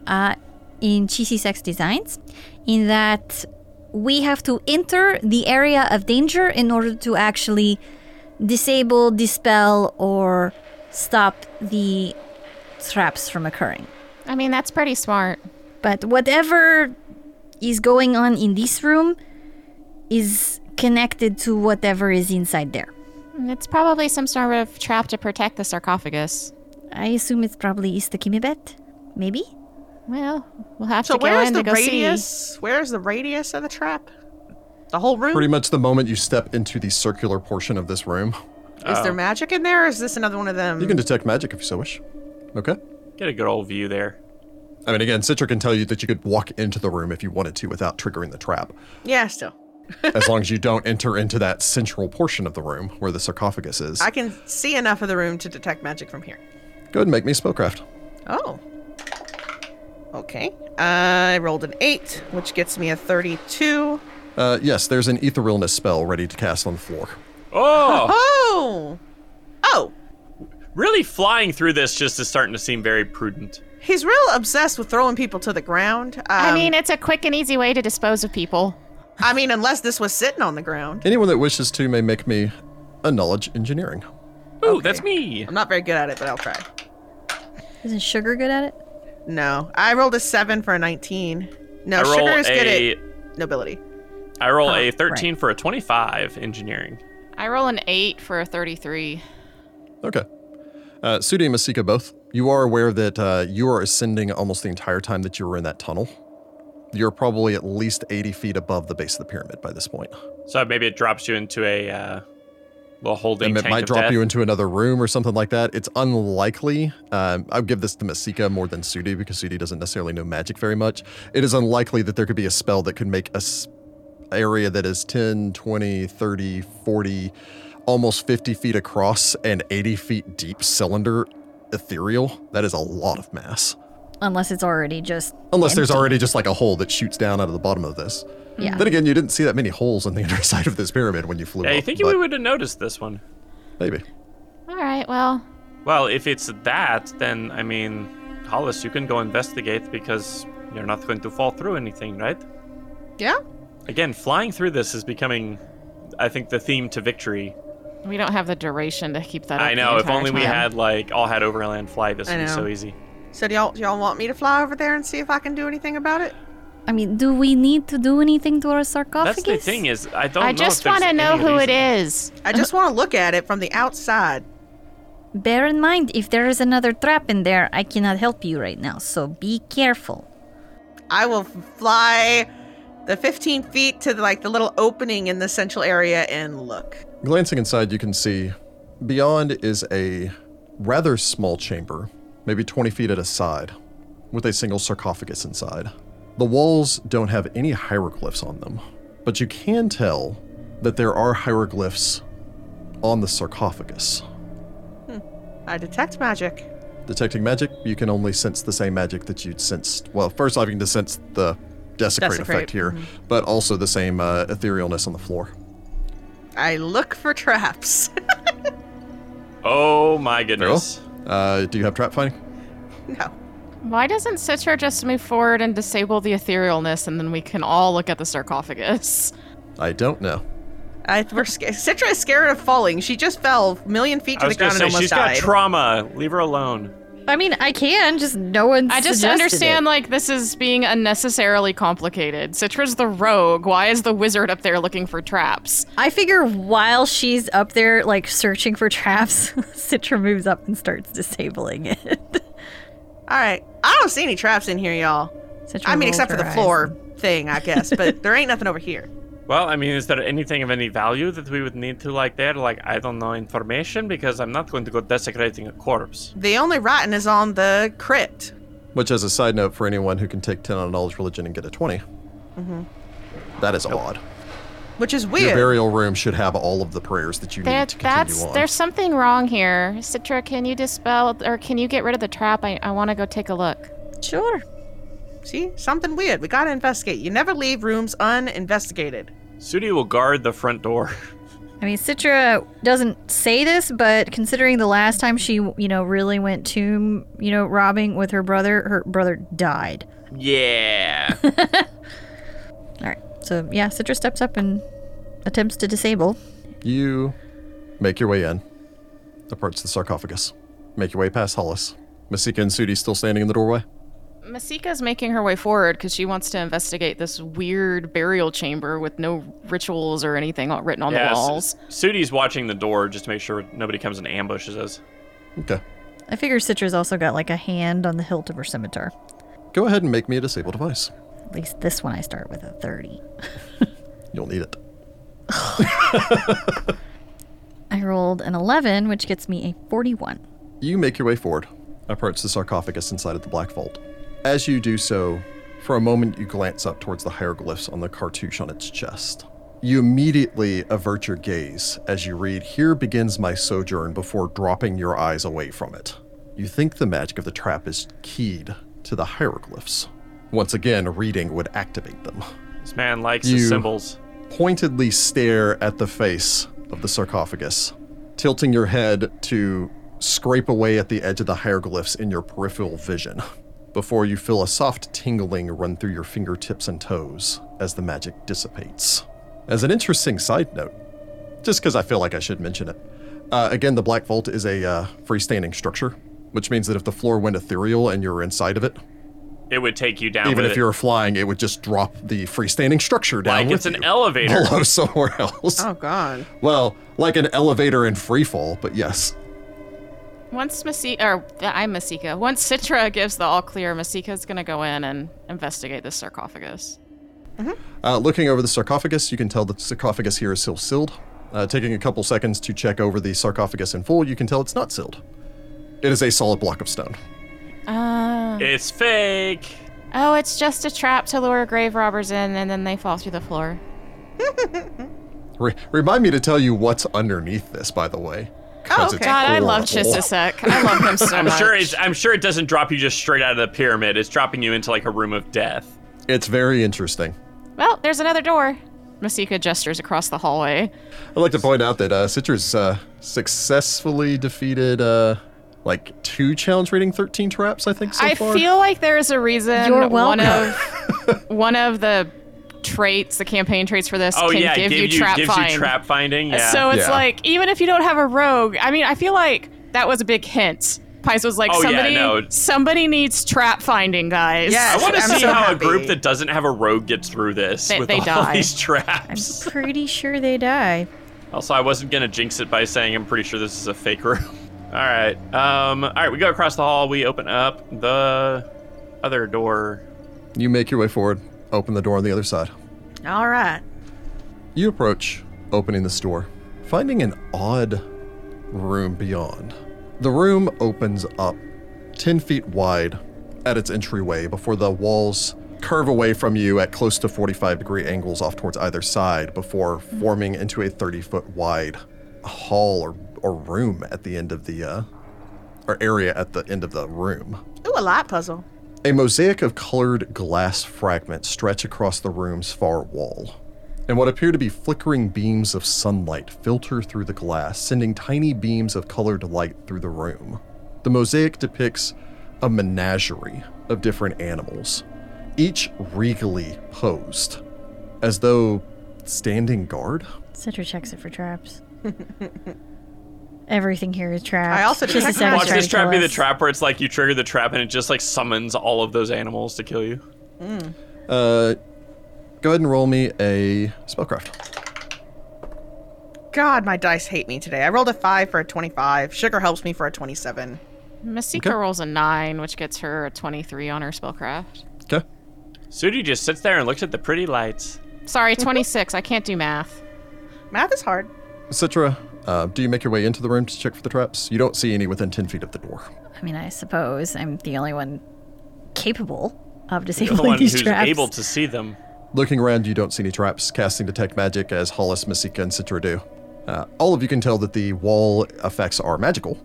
[SPEAKER 4] uh, in Cheesy Sex Designs in that we have to enter the area of danger in order to actually disable, dispel, or stop the traps from occurring.
[SPEAKER 3] I mean, that's pretty smart.
[SPEAKER 4] But whatever is going on in this room is connected to whatever is inside there.
[SPEAKER 3] And It's probably some sort of trap to protect the sarcophagus.
[SPEAKER 4] I assume it's probably Istakimibet, maybe?
[SPEAKER 3] Well, we'll have
[SPEAKER 5] So
[SPEAKER 3] to go
[SPEAKER 5] where is
[SPEAKER 3] in
[SPEAKER 5] the
[SPEAKER 3] to go see.
[SPEAKER 5] radius? Where is the radius of the trap? The whole room?
[SPEAKER 1] Pretty much the moment you step into the circular portion of this room,
[SPEAKER 5] Is there magic in there? Or is this another one of them?
[SPEAKER 1] you can detect magic if you so wish. Okay.
[SPEAKER 2] Get a good old view there.
[SPEAKER 1] I mean, again, Citra can tell you that you could walk into the room if you wanted to without triggering the trap.
[SPEAKER 5] yeah, still.
[SPEAKER 1] as long as you don't enter into that central portion of the room where the sarcophagus is.
[SPEAKER 5] I can see enough of the room to detect magic from here.
[SPEAKER 1] Go ahead and make me spellcraft.
[SPEAKER 5] Oh. Okay. I rolled an 8, which gets me a 32.
[SPEAKER 1] Uh, yes, there's an etherealness spell ready to cast on the floor.
[SPEAKER 2] Oh,
[SPEAKER 5] Oh! Oh!
[SPEAKER 2] really? Flying through this just is starting to seem very prudent.
[SPEAKER 5] He's real obsessed with throwing people to the ground. Um,
[SPEAKER 3] I mean, it's a quick and easy way to dispose of people.
[SPEAKER 5] I mean, unless this was sitting on the ground.
[SPEAKER 1] Anyone that wishes to may make me a knowledge engineering.
[SPEAKER 2] Ooh, that's me.
[SPEAKER 5] Um, I'm not very good at it, but I'll try.
[SPEAKER 4] Isn't Sugar good at it?
[SPEAKER 5] No, I rolled a seven for a nineteen. No,
[SPEAKER 2] I roll
[SPEAKER 5] sugars get
[SPEAKER 2] a
[SPEAKER 5] it. Nobility.
[SPEAKER 2] I roll
[SPEAKER 4] Oh,
[SPEAKER 2] a
[SPEAKER 4] right.
[SPEAKER 2] 13 for a 25 engineering.
[SPEAKER 3] I roll an eight for a 33.
[SPEAKER 1] Okay. Uh, Sudi and Masika both, you are aware that uh, you are ascending almost the entire time that you were in that tunnel. You're probably at least 80 feet above the base of the pyramid by this point.
[SPEAKER 2] So maybe it drops you into a uh, little holding
[SPEAKER 1] And it
[SPEAKER 2] tank
[SPEAKER 1] might
[SPEAKER 2] of
[SPEAKER 1] drop
[SPEAKER 2] death.
[SPEAKER 1] you into another room or something like that. It's unlikely. Um, I would give this to Masika more than Sudi because Sudi doesn't necessarily know magic very much. It is unlikely that there could be a spell that could make a s- area that is 10, 20, 30, 40, almost 50 feet across and 80 feet deep cylinder ethereal. That is a lot of mass.
[SPEAKER 4] Unless it's already just.
[SPEAKER 1] Unless there's
[SPEAKER 4] empty.
[SPEAKER 1] already just like a hole that shoots down out of the bottom of this.
[SPEAKER 4] Yeah.
[SPEAKER 1] Then again, you didn't see that many holes on the underside of this pyramid when you flew
[SPEAKER 2] yeah,
[SPEAKER 1] up.
[SPEAKER 2] you think you
[SPEAKER 1] but
[SPEAKER 2] would have noticed this one.
[SPEAKER 1] Maybe.
[SPEAKER 3] All right, well,
[SPEAKER 2] Well, if it's that, then I mean, Hollis, you can go investigate because you're not going to fall through anything, right?
[SPEAKER 5] Yeah.
[SPEAKER 2] Again, flying through this is becoming, I think, the theme to victory.
[SPEAKER 3] we don't have the duration to keep that up
[SPEAKER 2] I
[SPEAKER 3] the
[SPEAKER 2] know. If
[SPEAKER 3] entire
[SPEAKER 2] only we
[SPEAKER 3] time.
[SPEAKER 2] had like all had overland fly, this
[SPEAKER 5] I
[SPEAKER 2] would be so
[SPEAKER 5] know.
[SPEAKER 2] easy.
[SPEAKER 5] So do y'all do y'all want me to fly over there and see if I can do anything about it?
[SPEAKER 4] I mean, do we need to do anything to our
[SPEAKER 2] That's
[SPEAKER 4] sarcophagus?
[SPEAKER 2] the thing is, I don't.
[SPEAKER 3] I
[SPEAKER 2] know
[SPEAKER 3] just want to know who it is.
[SPEAKER 5] I just want to look at it from the outside.
[SPEAKER 4] Bear in mind, if there is another trap in there, I cannot help you right now, so be careful.
[SPEAKER 5] I will fly the 15 feet to the, like the little opening in the central area and look.
[SPEAKER 1] Glancing inside, you can see beyond is a rather small chamber, maybe 20 feet at a side, with a single sarcophagus inside. The walls don't have any hieroglyphs on them, but you can tell that there are hieroglyphs on the sarcophagus.
[SPEAKER 5] I detect magic.
[SPEAKER 1] Detecting magic, you can only sense the same magic that you'd sensed. Well, first off, you can just sense the desecrate, effect
[SPEAKER 5] Desecrate,
[SPEAKER 1] here, but also the same uh, etherealness on the floor.
[SPEAKER 5] I look for traps.
[SPEAKER 2] Oh my goodness!
[SPEAKER 1] Uh, do you have trap finding?
[SPEAKER 5] no.
[SPEAKER 3] Why doesn't Citra just move forward and disable the etherealness, and then we can all look at the sarcophagus?
[SPEAKER 1] I don't know.
[SPEAKER 5] I, we're sca- Citra is scared of falling. She just fell a million feet
[SPEAKER 2] I
[SPEAKER 5] to
[SPEAKER 2] was
[SPEAKER 5] the
[SPEAKER 2] gonna
[SPEAKER 5] ground
[SPEAKER 2] say
[SPEAKER 5] and almost
[SPEAKER 2] she's
[SPEAKER 5] died.
[SPEAKER 2] got trauma. Leave her alone.
[SPEAKER 4] I mean, I can, just no one.
[SPEAKER 3] I just
[SPEAKER 4] suggested
[SPEAKER 3] understand
[SPEAKER 4] it.
[SPEAKER 3] like this is being unnecessarily complicated. Citra's the rogue. Why is the wizard up there looking for traps?
[SPEAKER 4] I figure while she's up there, like searching for traps, Citra moves up and starts disabling it.
[SPEAKER 5] All right. I don't see any traps in here, y'all.
[SPEAKER 4] Citra
[SPEAKER 5] I mean,
[SPEAKER 4] rolls
[SPEAKER 5] except for
[SPEAKER 4] her
[SPEAKER 5] the
[SPEAKER 4] eyes.
[SPEAKER 5] floor thing, I guess. But there ain't nothing over here.
[SPEAKER 2] Well, I mean, is there anything of any value that we would need to like there? Like, I don't know information because I'm not going to go desecrating a corpse.
[SPEAKER 5] The only rotten is on the crypt.
[SPEAKER 1] Which, as a side note, for anyone who can take 10 on knowledge religion and get a 20,
[SPEAKER 3] Mm-hmm.
[SPEAKER 1] that is odd.
[SPEAKER 5] Which is
[SPEAKER 1] Your
[SPEAKER 5] weird.
[SPEAKER 1] burial room should have all of the prayers that you
[SPEAKER 3] There,
[SPEAKER 1] need to continue
[SPEAKER 3] that's
[SPEAKER 1] on.
[SPEAKER 3] there's something wrong here. Citra, can you dispel or can you get rid of the trap? I, I want to go take a look.
[SPEAKER 4] Sure.
[SPEAKER 5] See? Something weird. We gotta investigate. You never leave rooms uninvestigated.
[SPEAKER 2] Sudi will guard the front door.
[SPEAKER 4] I mean, Citra doesn't say this, but considering the last time she, you know, really went tomb, you know, robbing with her brother, her brother died.
[SPEAKER 2] yeah.
[SPEAKER 4] All right. So, yeah, Citra steps up and attempts to disable.
[SPEAKER 1] You make your way in, approach the sarcophagus, make your way past Hollis. Masika and Sudi still standing in the doorway.
[SPEAKER 3] Masika's making her way forward because she wants to investigate this weird burial chamber with no rituals or anything on- written on
[SPEAKER 2] yeah
[SPEAKER 3] the walls.
[SPEAKER 2] Sudi's watching the door just to make sure nobody comes and ambushes us.
[SPEAKER 1] Okay.
[SPEAKER 4] I figure Citra's also got like a hand on the hilt of her scimitar.
[SPEAKER 1] Go ahead and make me a disable device.
[SPEAKER 4] At least this one I start with a 30.
[SPEAKER 1] You'll need it.
[SPEAKER 4] I rolled an 11, which gets me a 41.
[SPEAKER 1] You make your way forward, approach the sarcophagus inside of the Black Vault. As you do so, for a moment you glance up towards the hieroglyphs on the cartouche on its chest. You immediately avert your gaze as you read, Here begins my sojourn, before dropping your eyes away from it. You think the magic of the trap is keyed to the hieroglyphs. Once again, reading would activate them.
[SPEAKER 2] This man likes
[SPEAKER 1] You-
[SPEAKER 2] his symbols.
[SPEAKER 1] Pointedly stare at the face of the sarcophagus, tilting your head to scrape away at the edge of the hieroglyphs in your peripheral vision before you feel a soft tingling run through your fingertips and toes as the magic dissipates. As an interesting side note, just because I feel like I should mention it. Uh, again, the Black Vault is a uh, freestanding structure, which means that if the floor went ethereal and you're inside of it,
[SPEAKER 2] it would take you down.
[SPEAKER 1] Even
[SPEAKER 2] with
[SPEAKER 1] if
[SPEAKER 2] it.
[SPEAKER 1] you were flying, it would just drop the freestanding structure down.
[SPEAKER 2] like
[SPEAKER 1] with
[SPEAKER 2] it's an
[SPEAKER 1] you
[SPEAKER 2] elevator.
[SPEAKER 1] below somewhere else.
[SPEAKER 5] Oh god.
[SPEAKER 1] Well, like an elevator in free fall, but yes.
[SPEAKER 3] Once Masika, or uh, I'm Masika, once Citra gives the all clear, Masika's going to go in and investigate this sarcophagus.
[SPEAKER 1] Uh, looking over the sarcophagus, you can tell the sarcophagus here is still sealed. Uh, taking a couple seconds to check over the sarcophagus in full, you can tell it's not sealed. It is a solid block of stone.
[SPEAKER 3] Uh,
[SPEAKER 2] It's fake.
[SPEAKER 3] oh, it's just a trap to lure grave robbers in and then they fall through the floor.
[SPEAKER 1] Re- remind me to tell you what's underneath this, by the way. 'cause it's
[SPEAKER 5] okay.
[SPEAKER 3] Oh, God, I love
[SPEAKER 1] horrible.
[SPEAKER 3] Chisisek. I love him so
[SPEAKER 2] I'm
[SPEAKER 3] much.
[SPEAKER 2] sure it's. I'm sure it doesn't drop you just straight out of the pyramid. It's dropping you into like a room of death.
[SPEAKER 1] It's very interesting.
[SPEAKER 3] Well, there's another door. Masika gestures across the hallway.
[SPEAKER 1] I'd like to point out that uh, Citra's uh, successfully defeated uh, like two challenge rating 13 traps, I think, so
[SPEAKER 3] I
[SPEAKER 1] far.
[SPEAKER 3] feel like there is a reason
[SPEAKER 4] You're
[SPEAKER 3] one
[SPEAKER 4] welcome.
[SPEAKER 3] of one of the traits, the campaign traits for this,
[SPEAKER 2] Oh
[SPEAKER 3] can
[SPEAKER 2] yeah,
[SPEAKER 3] give you,
[SPEAKER 2] give you
[SPEAKER 3] trap
[SPEAKER 2] gives
[SPEAKER 3] find.
[SPEAKER 2] you trap finding. Yeah.
[SPEAKER 3] So it's
[SPEAKER 1] Yeah.
[SPEAKER 3] like even if you don't have a rogue, I mean, I feel like that was a big hint. Pice was like,
[SPEAKER 2] Oh, yeah,
[SPEAKER 3] somebody,
[SPEAKER 2] no.
[SPEAKER 3] somebody needs trap finding, guys.
[SPEAKER 5] Yes.
[SPEAKER 2] I want to
[SPEAKER 5] I'm
[SPEAKER 2] see
[SPEAKER 5] so
[SPEAKER 2] how a
[SPEAKER 5] happy.
[SPEAKER 2] group that doesn't have a rogue gets through this
[SPEAKER 3] They-
[SPEAKER 2] with
[SPEAKER 3] they
[SPEAKER 2] all
[SPEAKER 3] die.
[SPEAKER 2] these
[SPEAKER 4] I'm
[SPEAKER 2] traps.
[SPEAKER 4] pretty sure they die.
[SPEAKER 2] Also, I wasn't gonna jinx it by saying I'm pretty sure this is a fake room. all right. Um. All right. We go across the hall. We open up the other door.
[SPEAKER 1] You make your way forward, open the door on the other side.
[SPEAKER 5] All right.
[SPEAKER 1] You approach, opening this door, finding an odd room beyond. The room opens up 10 feet wide at its entryway before the walls curve away from you at close to 45 degree angles off towards either side before forming into a 30 foot wide hall or, or room at the end of the, uh, or area at the end of the room.
[SPEAKER 5] Ooh, a light puzzle.
[SPEAKER 1] A mosaic of colored glass fragments stretch across the room's far wall, and what appear to be flickering beams of sunlight filter through the glass, sending tiny beams of colored light through the room. The mosaic depicts a menagerie of different animals, each regally posed, as though standing guard.
[SPEAKER 4] Citra checks it for traps. Everything here is trapped.
[SPEAKER 5] I also
[SPEAKER 4] Just
[SPEAKER 5] checked
[SPEAKER 4] a second
[SPEAKER 5] was
[SPEAKER 2] Watch
[SPEAKER 5] trying
[SPEAKER 2] this
[SPEAKER 4] to kill
[SPEAKER 2] trap be the
[SPEAKER 4] us.
[SPEAKER 2] trap where it's like you trigger the trap and it just like summons all of those animals to kill you.
[SPEAKER 1] Uh, go ahead and roll me a spellcraft.
[SPEAKER 5] God, my dice hate me today. I rolled a five for a twenty-five. Sugar helps me for a twenty-seven.
[SPEAKER 2] Oh.
[SPEAKER 3] Masika rolls a nine, which gets her a twenty-three on her spellcraft.
[SPEAKER 1] Okay.
[SPEAKER 2] Sudi just sits there and looks at the pretty lights.
[SPEAKER 3] Sorry, twenty-six. I can't do math.
[SPEAKER 5] Math is hard.
[SPEAKER 1] Citra, uh, do you make your way into the room to check for the traps? You don't see any within 10 feet of the door.
[SPEAKER 4] I mean, I suppose I'm the only one capable of
[SPEAKER 2] The
[SPEAKER 4] disabling
[SPEAKER 2] one
[SPEAKER 4] these
[SPEAKER 2] who's
[SPEAKER 4] traps.
[SPEAKER 2] able to see them.
[SPEAKER 1] Looking around, you don't see any traps. Casting Detect Magic as Hollis, Masika, and Citra do. Uh, all of you can tell that the wall effects are magical.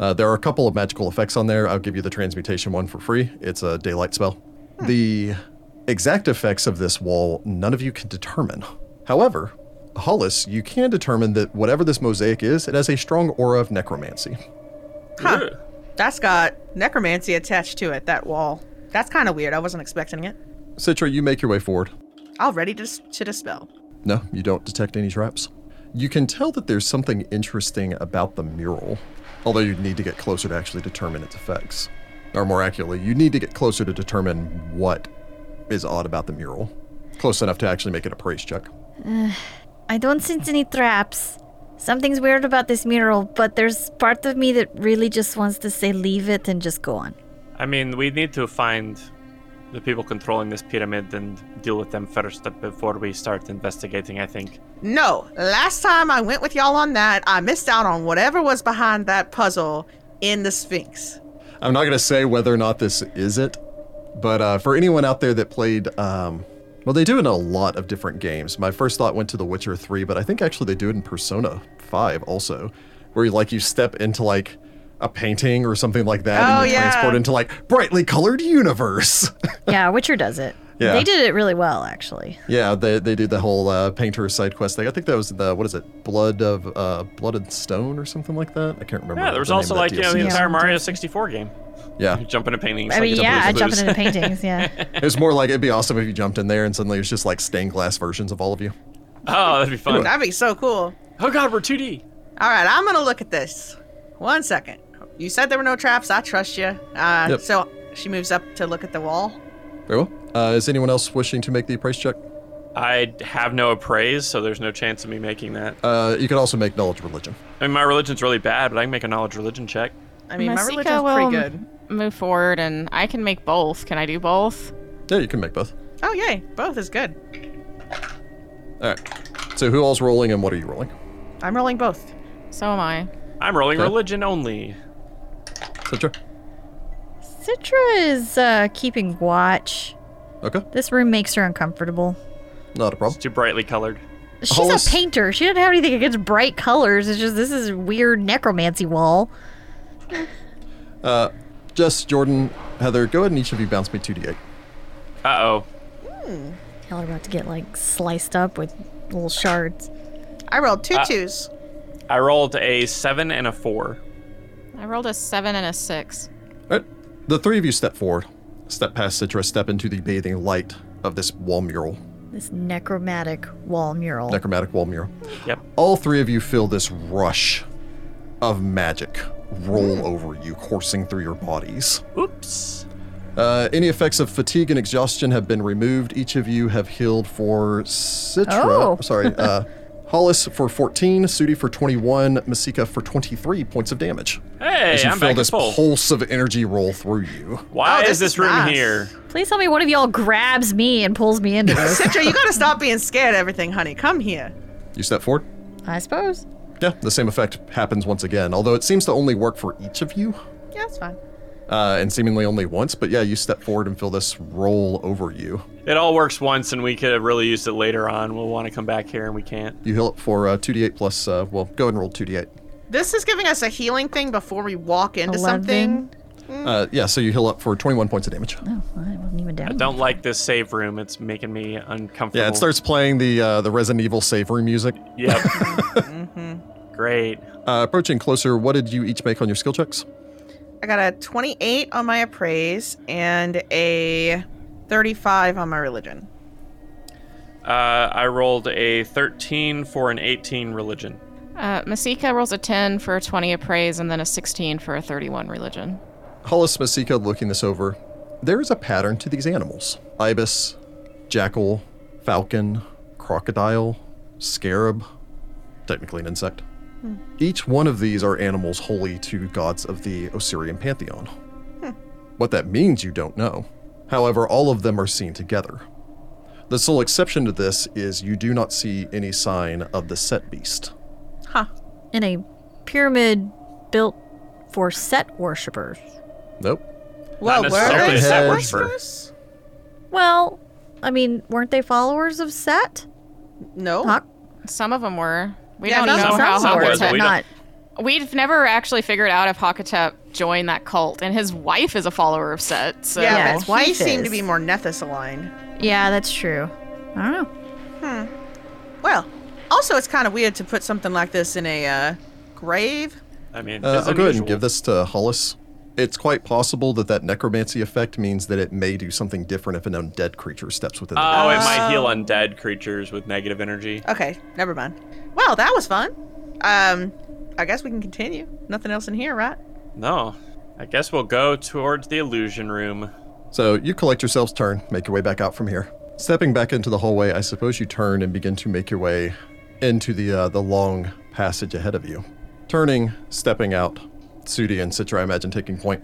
[SPEAKER 1] Uh, there are a couple of magical effects on there. I'll give you the transmutation one for free. It's a daylight spell. The exact effects of this wall, none of you can determine. However, Hollis, you can determine that whatever this mosaic is, it has a strong aura of necromancy.
[SPEAKER 5] Huh.
[SPEAKER 2] Ugh.
[SPEAKER 5] That's got necromancy attached to it. That wall. That's kind of weird. I wasn't expecting it.
[SPEAKER 1] Citra, you make your way forward.
[SPEAKER 5] All ready to, dis- to dispel.
[SPEAKER 1] No, you don't detect any traps. You can tell that there's something interesting about the mural, although you'd need to get closer to actually determine its effects. Or more accurately, you need to get closer to determine what is odd about the mural. Close enough to actually make it a praise check.
[SPEAKER 4] I don't sense any traps. Something's weird about this mural, but there's part of me that really just wants to say leave it and just go on.
[SPEAKER 2] I mean, we need to find the people controlling this pyramid and deal with them first before we start investigating, I think.
[SPEAKER 5] No, last time I went with y'all on that, I missed out on whatever was behind that puzzle in the Sphinx.
[SPEAKER 1] I'm not going to say whether or not this is it, but uh, for anyone out there that played, um, well, they do it in a lot of different games. My first thought went to The Witcher 3, but I think actually they do it in Persona 5 also, where you, like you step into like a painting or something like that,
[SPEAKER 5] Oh,
[SPEAKER 1] and you're
[SPEAKER 5] yeah.
[SPEAKER 1] transported into like brightly colored universe.
[SPEAKER 4] yeah, Witcher does it.
[SPEAKER 1] Yeah.
[SPEAKER 4] They did it really well, actually.
[SPEAKER 1] yeah, they, they did the whole uh, painter side quest thing. I think that was the what is it, Blood of uh, Blood and Stone or something like that. I can't remember.
[SPEAKER 2] Yeah, there was
[SPEAKER 1] the name
[SPEAKER 2] also
[SPEAKER 1] of that
[SPEAKER 2] like you know, the
[SPEAKER 1] DLC.
[SPEAKER 4] Yeah.
[SPEAKER 2] entire Mario 64 game.
[SPEAKER 1] yeah.
[SPEAKER 2] You jump into paintings.
[SPEAKER 4] I
[SPEAKER 2] like
[SPEAKER 4] mean,
[SPEAKER 2] it's a
[SPEAKER 4] yeah,
[SPEAKER 2] blues
[SPEAKER 4] jumping
[SPEAKER 2] blues.
[SPEAKER 4] into paintings, yeah.
[SPEAKER 1] It was more like it'd be awesome if you jumped in there and suddenly it was just like stained glass versions of all of you.
[SPEAKER 2] oh, that'd be fun.
[SPEAKER 5] That'd be so cool.
[SPEAKER 2] Oh god, we're 2D.
[SPEAKER 5] All right, I'm gonna look at this. One second. You said there were no traps. I trust you. Uh,
[SPEAKER 1] Yep.
[SPEAKER 5] So She moves up to look at the wall.
[SPEAKER 1] Very well. Uh, is anyone else wishing to make the appraise check?
[SPEAKER 2] I have no appraise, so there's no chance of me making that.
[SPEAKER 1] Uh, you could also make knowledge of religion.
[SPEAKER 2] I mean, my religion's really bad, but I can make a knowledge religion check.
[SPEAKER 5] I mean,
[SPEAKER 3] Masika
[SPEAKER 5] my religion's
[SPEAKER 3] will
[SPEAKER 5] pretty good.
[SPEAKER 3] Move forward, and I can make both. Can I do both?
[SPEAKER 1] Yeah, you can make both.
[SPEAKER 5] Oh, yay. Both is good.
[SPEAKER 1] All right. So who all's rolling and what are you rolling?
[SPEAKER 5] I'm rolling both.
[SPEAKER 3] So am I.
[SPEAKER 2] I'm rolling
[SPEAKER 1] Okay.
[SPEAKER 2] religion only.
[SPEAKER 1] Citra.
[SPEAKER 4] Citra is uh, keeping watch.
[SPEAKER 1] Okay.
[SPEAKER 4] This room makes her uncomfortable.
[SPEAKER 1] Not a problem.
[SPEAKER 2] It's too brightly colored.
[SPEAKER 4] She's
[SPEAKER 1] Hollis-
[SPEAKER 4] a painter. She doesn't have anything against bright colors. It's just this is weird necromancy wall.
[SPEAKER 1] Uh, Jess, Jordan, Heather, go ahead and each of you bounce me 2d8.
[SPEAKER 2] Uh oh.
[SPEAKER 4] Y'all are about to get like sliced up with little shards.
[SPEAKER 5] I rolled two
[SPEAKER 2] Uh,
[SPEAKER 5] twos.
[SPEAKER 2] I rolled a seven and a four.
[SPEAKER 3] I rolled a seven and a six.
[SPEAKER 1] All right. The three of you step forward, step past Citra, step into the bathing light of this wall mural,
[SPEAKER 4] This necromantic wall mural.
[SPEAKER 1] necromantic wall mural.
[SPEAKER 2] Yep.
[SPEAKER 1] All three of you feel this rush of magic roll over you, coursing through your bodies.
[SPEAKER 2] Oops.
[SPEAKER 1] Uh, any effects of fatigue and exhaustion have been removed. Each of you have healed for Citra.
[SPEAKER 4] Oh.
[SPEAKER 1] Sorry, uh, Hollis for 14, Sudi for 21, Masika for 23 points of damage.
[SPEAKER 2] Hey,
[SPEAKER 1] As you
[SPEAKER 2] I'm
[SPEAKER 1] feel
[SPEAKER 2] back
[SPEAKER 1] this
[SPEAKER 2] this full.
[SPEAKER 1] pulse of energy roll through you.
[SPEAKER 2] Why
[SPEAKER 5] Oh,
[SPEAKER 2] is
[SPEAKER 5] this
[SPEAKER 2] this
[SPEAKER 5] is
[SPEAKER 2] room
[SPEAKER 5] nice.
[SPEAKER 2] here?
[SPEAKER 4] Please tell me one of y'all grabs me and pulls me into this.
[SPEAKER 5] Citra, you gotta stop being scared of everything, honey. Come here.
[SPEAKER 1] You step forward.
[SPEAKER 4] I suppose.
[SPEAKER 1] Yeah, the same effect happens once again, although it seems to only work for each of you,
[SPEAKER 5] Yeah, that's fine.
[SPEAKER 1] uh, and seemingly only once. But yeah, you step forward and feel this roll over you.
[SPEAKER 2] It all works once, and we could have really used it later on. We'll want to come back here, and we can't.
[SPEAKER 1] You heal it for uh, 2d8 plus, uh, well, go ahead and roll 2d8.
[SPEAKER 5] This is giving us a healing thing before we walk into something.
[SPEAKER 1] Uh, yeah, so you heal up for 21 points of damage.
[SPEAKER 4] No, I wasn't even
[SPEAKER 2] I
[SPEAKER 4] down.
[SPEAKER 2] don't like this save room. It's making me uncomfortable.
[SPEAKER 1] Yeah, it starts playing the uh, the Resident Evil save room music.
[SPEAKER 2] Yep. Great.
[SPEAKER 1] Uh, approaching closer, what did you each make on your skill checks?
[SPEAKER 5] I got a 28 on my appraise and a 35 on my religion.
[SPEAKER 2] Uh, I rolled a 13 for an 18 religion.
[SPEAKER 3] Uh, Masika rolls a 10 for a 20 appraise, and then a 16 for a 31 religion.
[SPEAKER 1] Hollis Masika looking this over. There is a pattern to these animals: ibis, jackal, falcon, crocodile, scarab, technically an insect. Each one of these are animals holy to gods of the Osirian pantheon. What that means, you don't know. However, all of them are seen together. The sole exception to this is you do not see any sign of the set beast.
[SPEAKER 5] Huh.
[SPEAKER 4] In a pyramid built for set worshippers.
[SPEAKER 1] Nope.
[SPEAKER 5] Whoa, were
[SPEAKER 2] necessarily
[SPEAKER 5] they
[SPEAKER 1] a
[SPEAKER 5] set
[SPEAKER 1] head,
[SPEAKER 5] worshippers?
[SPEAKER 4] Well, I mean, weren't they followers of Set?
[SPEAKER 5] No.
[SPEAKER 4] Not,
[SPEAKER 3] Some of them were. We
[SPEAKER 5] Yeah,
[SPEAKER 3] don't
[SPEAKER 5] not
[SPEAKER 3] know
[SPEAKER 5] some
[SPEAKER 3] how
[SPEAKER 5] of 'em were,
[SPEAKER 3] Hawkins
[SPEAKER 2] but
[SPEAKER 4] Set,
[SPEAKER 2] we don't-
[SPEAKER 4] not.
[SPEAKER 3] We've never actually figured out if Hakatep joined that cult, and his wife is a follower of Set. So
[SPEAKER 5] Yeah,
[SPEAKER 4] Yeah,
[SPEAKER 5] but
[SPEAKER 4] his wife
[SPEAKER 5] he seemed to
[SPEAKER 4] is.
[SPEAKER 5] be more Nethys aligned.
[SPEAKER 4] Yeah, that's true. I don't know.
[SPEAKER 5] Well, also, it's kind of weird to put something like this in a uh, grave.
[SPEAKER 2] I mean,
[SPEAKER 1] Uh,
[SPEAKER 2] it's
[SPEAKER 1] I'll go ahead and
[SPEAKER 2] unusual.
[SPEAKER 1] give this to Hollis. It's quite possible that that necromancy effect means that it may do something different if an undead creature steps within. the
[SPEAKER 2] Oh, it might heal
[SPEAKER 5] Oh.
[SPEAKER 2] undead creatures with negative energy.
[SPEAKER 5] Okay, never mind. Well, that was fun. Um, I guess we can continue. Nothing else in here, right?
[SPEAKER 2] No. I guess we'll go towards the illusion room.
[SPEAKER 1] so you collect yourselves, turn, make your way back out from here. Stepping back into the hallway, I suppose you turn and begin to make your way into the uh, the long passage ahead of you. Turning, stepping out, Sudi and Citra, I imagine, taking point.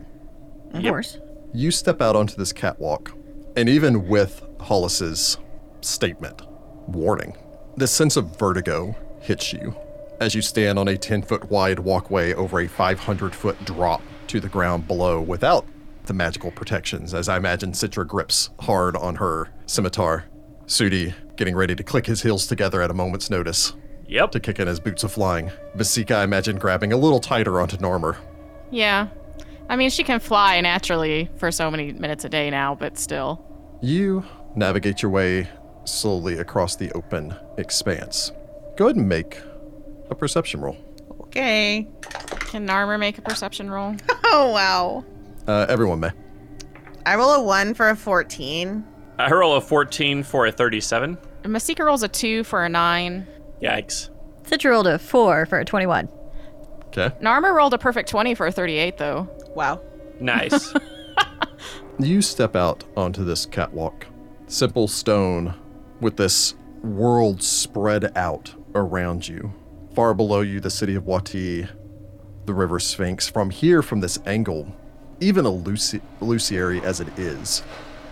[SPEAKER 4] Of course.
[SPEAKER 1] You step out onto this catwalk, and even with Hollis's statement, warning, the sense of vertigo hits you as you stand on a 10 foot wide walkway over a 500 foot drop to the ground below without the magical protections, as I imagine Citra grips hard on her scimitar. Sudi getting ready to click his heels together at a moment's notice
[SPEAKER 2] Yep.
[SPEAKER 1] to kick in his boots of flying. Masika, I imagine, grabbing a little tighter onto Normer.
[SPEAKER 3] Yeah. I mean, she can fly naturally for so many minutes a day now, but still.
[SPEAKER 1] You navigate your way slowly across the open expanse. Go ahead and make a perception roll.
[SPEAKER 5] Okay.
[SPEAKER 3] Can Narmer make a perception roll?
[SPEAKER 5] Oh, wow.
[SPEAKER 1] Uh, everyone may.
[SPEAKER 5] I roll a 1 for a 14.
[SPEAKER 2] I roll a 14 for a 37.
[SPEAKER 3] Masika rolls a 2 for a 9.
[SPEAKER 2] Yikes.
[SPEAKER 4] Citra rolled a 4 for a 21.
[SPEAKER 1] Okay.
[SPEAKER 3] Narmer rolled a perfect 20 for a 38, though.
[SPEAKER 5] Wow.
[SPEAKER 2] Nice.
[SPEAKER 1] You step out onto this catwalk. Simple stone with this world spread out around you. Far below you, the city of Wati, the river Sphinx. From here, from this angle, even illusi- illusory as it is,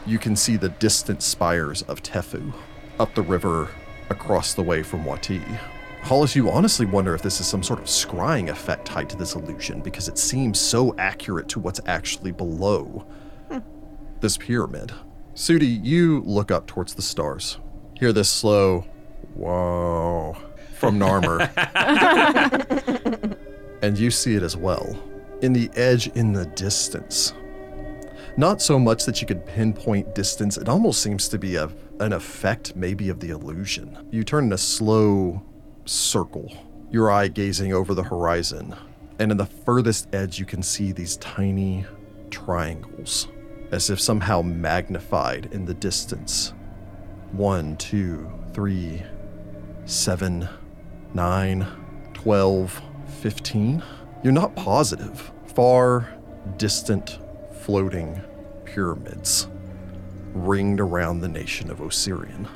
[SPEAKER 1] you can see the distant spires of Tefu up the river across the way from Wati. Hollis, you honestly wonder if this is some sort of scrying effect tied to this illusion because it seems so accurate to what's actually below this pyramid. Sudi, you look up towards the stars. Hear this slow, whoa, from Narmer. and you see it as well. In the edge, in the distance. Not so much that you could pinpoint distance, it almost seems to be a, an effect, maybe, of the illusion. You turn in a slow circle, your eye gazing over the horizon, and in the furthest edge, you can see these tiny triangles, as if somehow magnified in the distance. One, two, three, seven, nine, 12, 15. You're not positive. Far, distant, floating pyramids ringed around the nation of Osirian.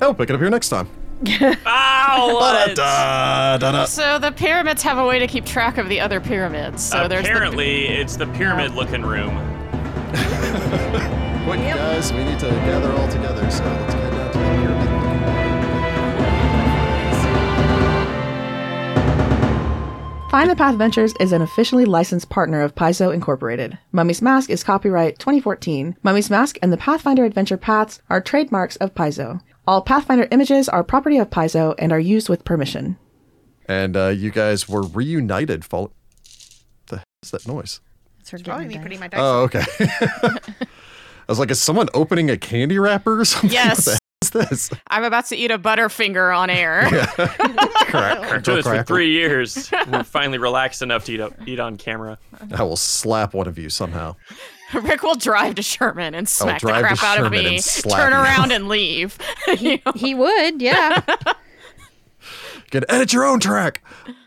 [SPEAKER 1] I'll pick it up here next time.
[SPEAKER 2] Ow! what?
[SPEAKER 1] Da, da, da.
[SPEAKER 3] So the pyramids have a way to keep track of the other pyramids. So there's the,
[SPEAKER 2] Apparently, it's the pyramid-looking room.
[SPEAKER 1] Quick, guys, we need to gather all together, so let's get down to the pyramid.
[SPEAKER 6] Find the Path Ventures is an officially licensed partner of Paizo Incorporated. Mummy's Mask is copyright 2014. Mummy's Mask and the Pathfinder Adventure Paths are trademarks of Paizo. All Pathfinder images are property of Paizo and are used with permission.
[SPEAKER 1] And uh, you guys were reunited. Follow. The hell is that noise?
[SPEAKER 4] That's her
[SPEAKER 5] Probably
[SPEAKER 4] getting dice.
[SPEAKER 5] me putting my dice.
[SPEAKER 1] Oh, okay. I was like, is someone opening a candy wrapper or something? What
[SPEAKER 3] Yes.
[SPEAKER 1] the hell is this?
[SPEAKER 3] I'm about to eat a butterfinger on air.
[SPEAKER 1] Crack, crack,
[SPEAKER 2] Doing this for
[SPEAKER 1] crackle.
[SPEAKER 2] three years. We're finally relaxed enough to eat, up, eat on camera.
[SPEAKER 1] I will slap one of you somehow.
[SPEAKER 3] Rick will drive to Sherman and smack the
[SPEAKER 1] drive to
[SPEAKER 3] crap out of
[SPEAKER 1] Sherman
[SPEAKER 3] me,
[SPEAKER 1] and slap
[SPEAKER 3] turn
[SPEAKER 1] you.
[SPEAKER 3] around and leave. You know?
[SPEAKER 4] He would, yeah.
[SPEAKER 1] You can edit your own track.